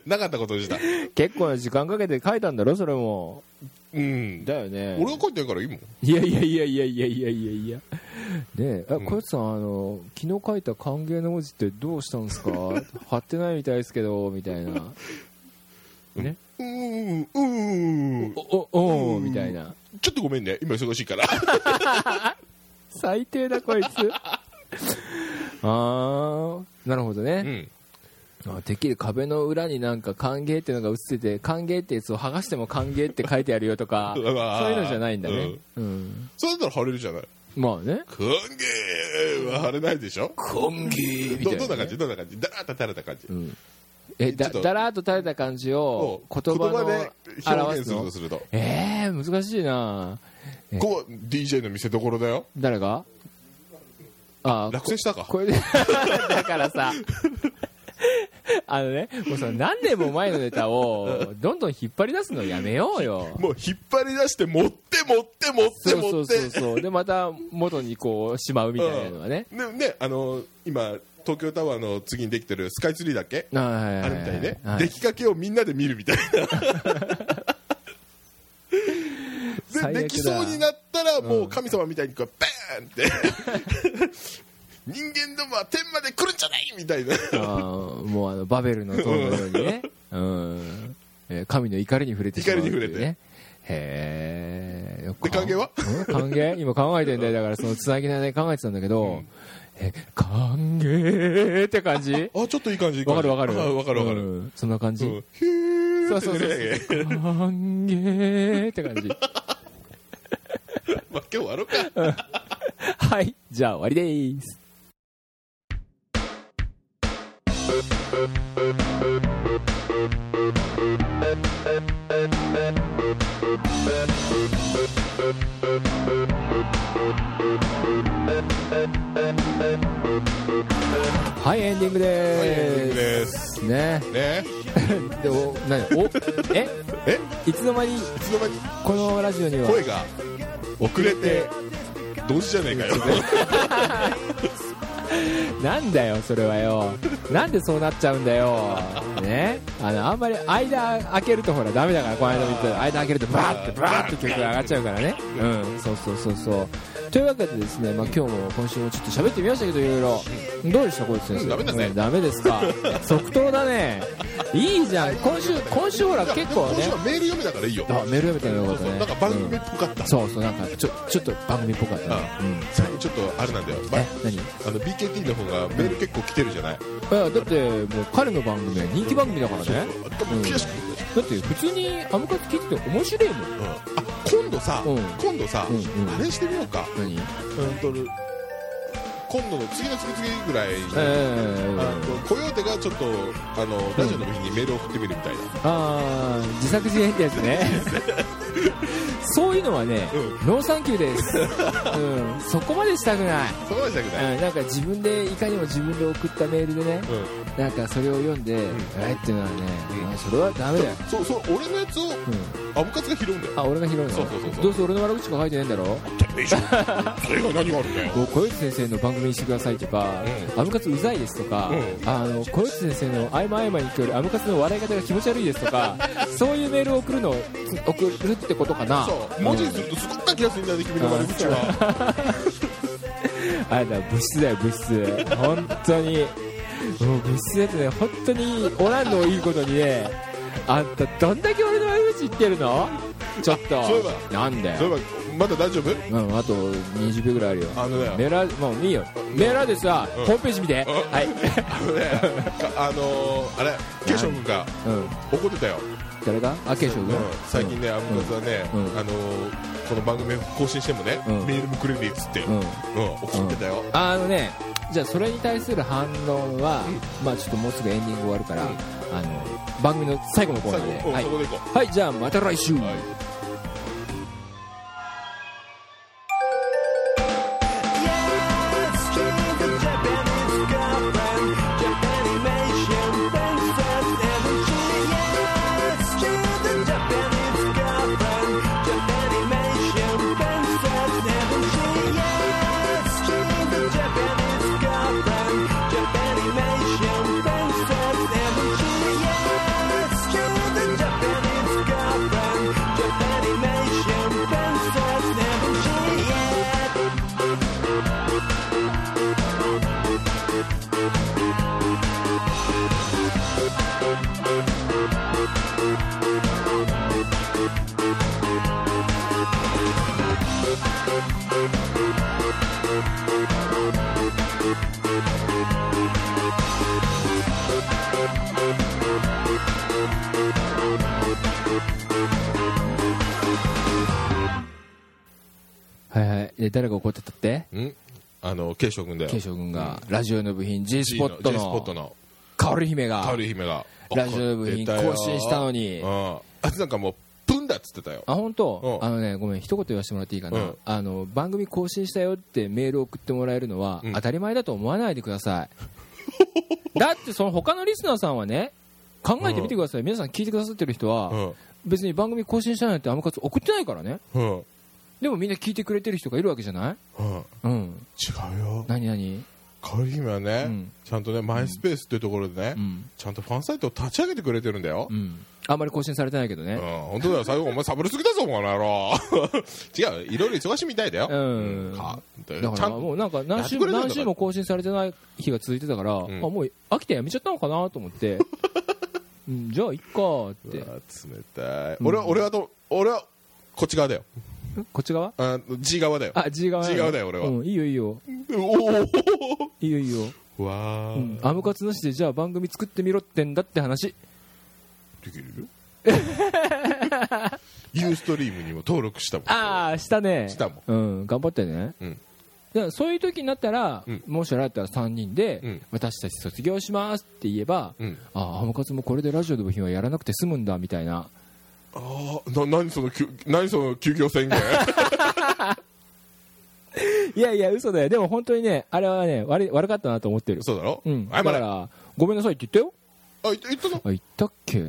[SPEAKER 2] なかったことにした
[SPEAKER 1] 結構な時間かけて書いたんだろそれも
[SPEAKER 2] うん
[SPEAKER 1] だよね
[SPEAKER 2] 俺が書いてるからいいもん
[SPEAKER 1] いやいやいやいやいやいやいやいやねえあ
[SPEAKER 2] ん
[SPEAKER 1] 小内さんあの昨日書いた歓迎の文字ってどうしたんです か貼ってないみたいですけどみたいなね
[SPEAKER 2] うーんうーん
[SPEAKER 1] おおおーみたいな
[SPEAKER 2] ちょっとごめんね今忙しいから
[SPEAKER 1] 最低だ こいつあーなるほど
[SPEAKER 2] う
[SPEAKER 1] ね、
[SPEAKER 2] ん
[SPEAKER 1] あてっきり壁の裏になんか歓迎っていうのが映ってて歓迎ってやつを剥がしても歓迎って書いてあるよとかそう
[SPEAKER 2] う
[SPEAKER 1] いう
[SPEAKER 2] わー
[SPEAKER 1] のじゃないんだね、うん
[SPEAKER 2] そうだったら晴れるじゃない
[SPEAKER 1] まあね
[SPEAKER 2] 歓迎は晴れないでしょ
[SPEAKER 1] 歓迎みたいな
[SPEAKER 2] ど
[SPEAKER 1] ね、
[SPEAKER 2] どんな感じどんな感じだらっと垂れた感じ
[SPEAKER 1] うんえだ
[SPEAKER 2] ちょっと
[SPEAKER 1] だらーっと垂れた感じを
[SPEAKER 2] を
[SPEAKER 1] 言葉
[SPEAKER 2] 言葉
[SPEAKER 1] の
[SPEAKER 2] で表
[SPEAKER 1] 表す
[SPEAKER 2] 現する
[SPEAKER 1] の
[SPEAKER 2] とすると
[SPEAKER 1] えー、難しいなえ
[SPEAKER 2] ここは DJ の見せ所だよ
[SPEAKER 1] 誰があー
[SPEAKER 2] 落選したか
[SPEAKER 1] これで だからさ あのねもうその何年も前のネタをどんどん引っ張り出すのやめようよ
[SPEAKER 2] もう引っ張り出して持って持って持って
[SPEAKER 1] そうそ
[SPEAKER 2] 持
[SPEAKER 1] う
[SPEAKER 2] っ
[SPEAKER 1] そう
[SPEAKER 2] て
[SPEAKER 1] そうでまた元にこうしまうみたいなのはね、
[SPEAKER 2] ねねあの今東京タワーの次にできてるスカイツリーだっけ
[SPEAKER 1] あはいはいはい
[SPEAKER 2] あれみたいにね
[SPEAKER 1] はい
[SPEAKER 2] 出来かけをみんなで見る みたいな
[SPEAKER 1] 最悪だ
[SPEAKER 2] でできそうになったらもう神様みたいにこうバーンって 人間どもは天まで来るんじゃないみたいな
[SPEAKER 1] あーもうあのバベルの塔のようにね、うんえー神の怒りに触れてしまうっていう、ね、
[SPEAKER 2] 怒りに触れ
[SPEAKER 1] へ
[SPEAKER 2] て
[SPEAKER 1] え
[SPEAKER 2] で歓迎は
[SPEAKER 1] 歓 迎今考えてんだよだからそのつなぎのね考えてたんだけど、え歓迎って感じ
[SPEAKER 2] あちょっといい感じいい
[SPEAKER 1] わか
[SPEAKER 2] 感じ
[SPEAKER 1] るわかる
[SPEAKER 2] あ わかるわかる、
[SPEAKER 1] うんそんな感じ、
[SPEAKER 2] うんヒュ
[SPEAKER 1] そ
[SPEAKER 2] ー
[SPEAKER 1] う
[SPEAKER 2] って
[SPEAKER 1] そうそう
[SPEAKER 2] ね
[SPEAKER 1] そう歓迎って感じ
[SPEAKER 2] まあ今日終わろうか
[SPEAKER 1] はいじゃあ終わりでーすはいエンディングで
[SPEAKER 2] はいエンディング
[SPEAKER 1] ー
[SPEAKER 2] です
[SPEAKER 1] すね
[SPEAKER 2] ね
[SPEAKER 1] でお何おえ
[SPEAKER 2] え
[SPEAKER 1] いつの間に
[SPEAKER 2] いつの間に
[SPEAKER 1] このラジオには
[SPEAKER 2] 声が遅れて同時じゃね えかよ
[SPEAKER 1] なんだよそれはよなんでそうなっちゃうんだよねあのあんまり間開けるとほらダメだからこの間見た間開けるとバーってバーって曲が上がっちゃうからねうんそうそうそうそうというわけでですね、まあ、今日も今週もちょっと喋ってみましたけどいろいろどうでしたこいつ先生
[SPEAKER 2] うんダメだね
[SPEAKER 1] うんダメです か即答だねいいじゃん今週今週ほら結 構
[SPEAKER 2] 今
[SPEAKER 1] ね
[SPEAKER 2] 週はメール読めだからいいよ
[SPEAKER 1] あメール読めたらよかったね
[SPEAKER 2] そうそうなんか番組っぽかった、
[SPEAKER 1] そうそうなんかちょちょっと番組っぽかったねうん
[SPEAKER 2] 最後ちょっとあれなんだよ、ま
[SPEAKER 1] え何
[SPEAKER 2] あの BKT の方がメール結構来てるじゃない、
[SPEAKER 1] いやだってもう彼の番組は人気番組だからね
[SPEAKER 2] あでも悔しくて、
[SPEAKER 1] だって普通にアムカツ聞いてて面白いもん
[SPEAKER 2] うんあ今度さ、
[SPEAKER 1] うん
[SPEAKER 2] 今度さ、
[SPEAKER 1] うんうん
[SPEAKER 2] あれしてみようか、
[SPEAKER 1] 何
[SPEAKER 2] うんと今度の次の次々ぐらいに、
[SPEAKER 1] え
[SPEAKER 2] あ
[SPEAKER 1] ー、
[SPEAKER 2] のコヨーテがちょっとあのラジオの部品にメールを送ってみるみたいな、
[SPEAKER 1] あー自作自演ってやつ ねそういうのはね、
[SPEAKER 2] う
[SPEAKER 1] ノーサンキュー です、うん、そこまでしたくない、
[SPEAKER 2] そこまでしたくない、
[SPEAKER 1] うん、なんか自分でいかにも自分で送ったメールでね
[SPEAKER 2] うん
[SPEAKER 1] なんかそれを読んで、えーっていうのはね、
[SPEAKER 2] うん
[SPEAKER 1] あそれはダメだよ、
[SPEAKER 2] そうそう俺のやつを
[SPEAKER 1] うん、
[SPEAKER 2] アムカツが拾うんだよ
[SPEAKER 1] あ俺が拾うの
[SPEAKER 2] そうそうそうそう
[SPEAKER 1] どうせ俺の悪口しか書いてないんだろ
[SPEAKER 2] てめえじゃん それ以外何があるんだよ
[SPEAKER 1] こう小内先生の番組にしてくださいとか、アムカツうざいですとか、
[SPEAKER 2] う
[SPEAKER 1] あの小内先生の合間合間に聞こえるアムカツの笑い方が気持ち悪いですと かそういうメールを送るの送るってことかな
[SPEAKER 2] そう文字にするとすごく書きやすいんだね君の悪口は
[SPEAKER 1] あれだ物質だよ物質本当にもう物質だとね本当におらんのをいいことにねあんたどんだけ俺の悪口言ってるのちょっと
[SPEAKER 2] そうい
[SPEAKER 1] なんだ
[SPEAKER 2] そう
[SPEAKER 1] よ
[SPEAKER 2] いえばまだ大丈夫
[SPEAKER 1] うん、あと20秒ぐらいあるよ
[SPEAKER 2] あのね
[SPEAKER 1] メラもういいよメラでさ、
[SPEAKER 2] うん
[SPEAKER 1] ホームページ見て、
[SPEAKER 2] うん
[SPEAKER 1] はい、
[SPEAKER 2] あのねあのーあれケイショウ君が
[SPEAKER 1] うん、
[SPEAKER 2] 怒ってたよ、
[SPEAKER 1] 誰があケイショウ
[SPEAKER 2] うん
[SPEAKER 1] 君
[SPEAKER 2] 最近ねアムカツはね、
[SPEAKER 1] うん
[SPEAKER 2] あのーこの番組更新してもね、
[SPEAKER 1] うん
[SPEAKER 2] メールもくれねえっつって、う
[SPEAKER 1] うんん、うん
[SPEAKER 2] 怒ってたよ、
[SPEAKER 1] あのねじゃあそれに対する反論は、まあちょっともうすぐエンディング終わるから、
[SPEAKER 2] うん
[SPEAKER 1] あの番組の最後のコーナ
[SPEAKER 2] 最
[SPEAKER 1] ーで、
[SPEAKER 2] 後、うん
[SPEAKER 1] はい
[SPEAKER 2] そ、こでいこう
[SPEAKER 1] はい、じゃあまた来週、
[SPEAKER 2] はい
[SPEAKER 1] はいはいで誰が怒ってたって
[SPEAKER 2] うんあのケイショウ君だよ
[SPEAKER 1] ケイショウ君が、ラジオの部品 G ス
[SPEAKER 2] G
[SPEAKER 1] ポ
[SPEAKER 2] の
[SPEAKER 1] ット
[SPEAKER 2] G スポット
[SPEAKER 1] の
[SPEAKER 2] の
[SPEAKER 1] カオル姫が
[SPEAKER 2] カオル姫が
[SPEAKER 1] ラジオの部品
[SPEAKER 2] 怒ってたよ
[SPEAKER 1] 更新したのに
[SPEAKER 2] うんあいつなんかもうプンだっつってたよ
[SPEAKER 1] あ本当、
[SPEAKER 2] うん
[SPEAKER 1] あのねごめん一言言わせてもらっていいかな、
[SPEAKER 2] うん
[SPEAKER 1] あの番組更新したよってメール送ってもらえるのは、
[SPEAKER 2] うん
[SPEAKER 1] 当たり前だと思わないでくださ いだってその他のリスナーさんはね考えてみてください、皆さん聞いてくださってる人は、
[SPEAKER 2] うん
[SPEAKER 1] 別に番組更新したなんてアムカツ送ってないからね
[SPEAKER 2] うんうん
[SPEAKER 1] でもみんな聞いてくれてる人がいるわけじゃないうん
[SPEAKER 2] 違うよ
[SPEAKER 1] 何何
[SPEAKER 2] カオル姫は
[SPEAKER 1] う
[SPEAKER 2] ね
[SPEAKER 1] ん
[SPEAKER 2] ちゃんとねマイスペースっていうところでね
[SPEAKER 1] うん
[SPEAKER 2] ちゃんとファンサイトを立ち上げてくれてるんだよ
[SPEAKER 1] う、んあんまり更新されてないけど
[SPEAKER 2] うん、
[SPEAKER 1] ね、
[SPEAKER 2] 本当だよ、最後、お前、サボりすぎだぞ、お前の野郎 違う、いろいろ忙しいみたいだよ、
[SPEAKER 1] うん
[SPEAKER 2] かち
[SPEAKER 1] だか
[SPEAKER 2] ゃ
[SPEAKER 1] らも
[SPEAKER 2] んと
[SPEAKER 1] うなんか何週
[SPEAKER 2] やってく
[SPEAKER 1] も
[SPEAKER 2] れてんだから
[SPEAKER 1] 何週も更新されてない日が続いてたから、
[SPEAKER 2] ん
[SPEAKER 1] あもう飽きてやめちゃったのかなと思 って、うん、じゃあいっかって
[SPEAKER 2] うわ冷たい、俺は、俺はと、俺はこっち側だよ、
[SPEAKER 1] こっち側
[SPEAKER 2] あ G 側だよ、
[SPEAKER 1] あ G 側
[SPEAKER 2] G 側だよ俺は
[SPEAKER 1] うん、いいよいいよ
[SPEAKER 2] お
[SPEAKER 1] いいよいいよ、
[SPEAKER 2] お、わ
[SPEAKER 1] う
[SPEAKER 2] ー、
[SPEAKER 1] ん、アムカツなしでじゃあ番組作ってみろってんだって話
[SPEAKER 2] できるユーストリームにも登録したもん、
[SPEAKER 1] ああしたね
[SPEAKER 2] したも
[SPEAKER 1] うん頑張ってね
[SPEAKER 2] うん
[SPEAKER 1] だからそういう時になったら、
[SPEAKER 2] うん
[SPEAKER 1] もしあれだったら3人で、
[SPEAKER 2] うん
[SPEAKER 1] 私たち卒業しますって言えば、
[SPEAKER 2] うん、
[SPEAKER 1] ああアムカツもこれでラジオの部品はやらなくて済むんだみたいな
[SPEAKER 2] あーな何そのきゅ何その休業 宣言
[SPEAKER 1] いやいや嘘だよでも本当にねあれはね悪い悪かったなと思ってる
[SPEAKER 2] そうだろ、
[SPEAKER 1] うん
[SPEAKER 2] 謝
[SPEAKER 1] だか
[SPEAKER 2] れあ
[SPEAKER 1] らごめんなさいって言ったよ
[SPEAKER 2] 言言ったの
[SPEAKER 1] あ言ったっけ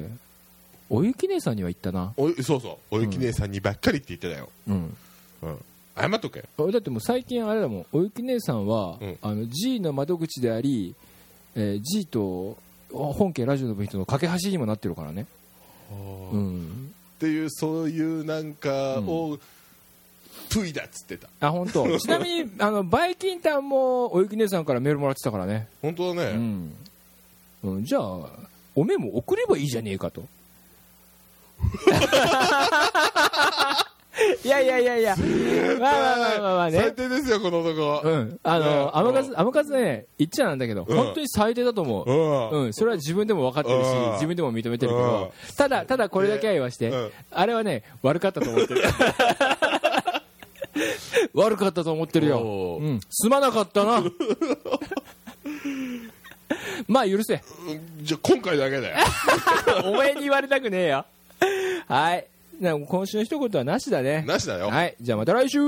[SPEAKER 1] おゆき姉さんには言ったな
[SPEAKER 2] おいそうそうおゆき姉さんにばっかりって言ってたよ、
[SPEAKER 1] うん
[SPEAKER 2] うん謝っとけ
[SPEAKER 1] あだってもう最近あれだもんおゆき姉さんは、
[SPEAKER 2] うん
[SPEAKER 1] あの G の窓口であり、えー G と本家ラジオの部品との架け橋にもなってるからね、う
[SPEAKER 2] っ
[SPEAKER 1] ん、
[SPEAKER 2] ていうそういうなんかをプイだっつってた
[SPEAKER 1] あ本当ちなみにあのバイキンタンもおゆき姉さんからメールもらってたからね、
[SPEAKER 2] 本当だ
[SPEAKER 1] う
[SPEAKER 2] ね
[SPEAKER 1] んうん、じゃあおめも送ればいいじゃねえか と
[SPEAKER 3] いやいやいやいや、
[SPEAKER 1] まあまあまあまあまあ
[SPEAKER 2] 最
[SPEAKER 1] ね
[SPEAKER 2] 低ですよこの
[SPEAKER 1] う
[SPEAKER 2] 男
[SPEAKER 1] ん、あ
[SPEAKER 2] ね
[SPEAKER 1] の、アマカツ、アマカツね、言っちゃなんだけど、
[SPEAKER 2] うん
[SPEAKER 1] 本当に最低だと思う。
[SPEAKER 2] うん
[SPEAKER 1] うん、それは自分でも分かってるし
[SPEAKER 2] うん、
[SPEAKER 1] 自分でも認めてるけど、ただ、ただこれだけは言わして
[SPEAKER 2] うん、
[SPEAKER 1] あれはね、悪かったと思ってる。 悪かったと思ってるよ
[SPEAKER 2] お。ー
[SPEAKER 1] うん、すまなかった な。まあ許せ。
[SPEAKER 2] うんじゃあ今回だけだ よ
[SPEAKER 1] お前に言われたくねえよ。はい。な今週の一言はなしだね。
[SPEAKER 2] なしだよ
[SPEAKER 1] はい。じゃあまた来週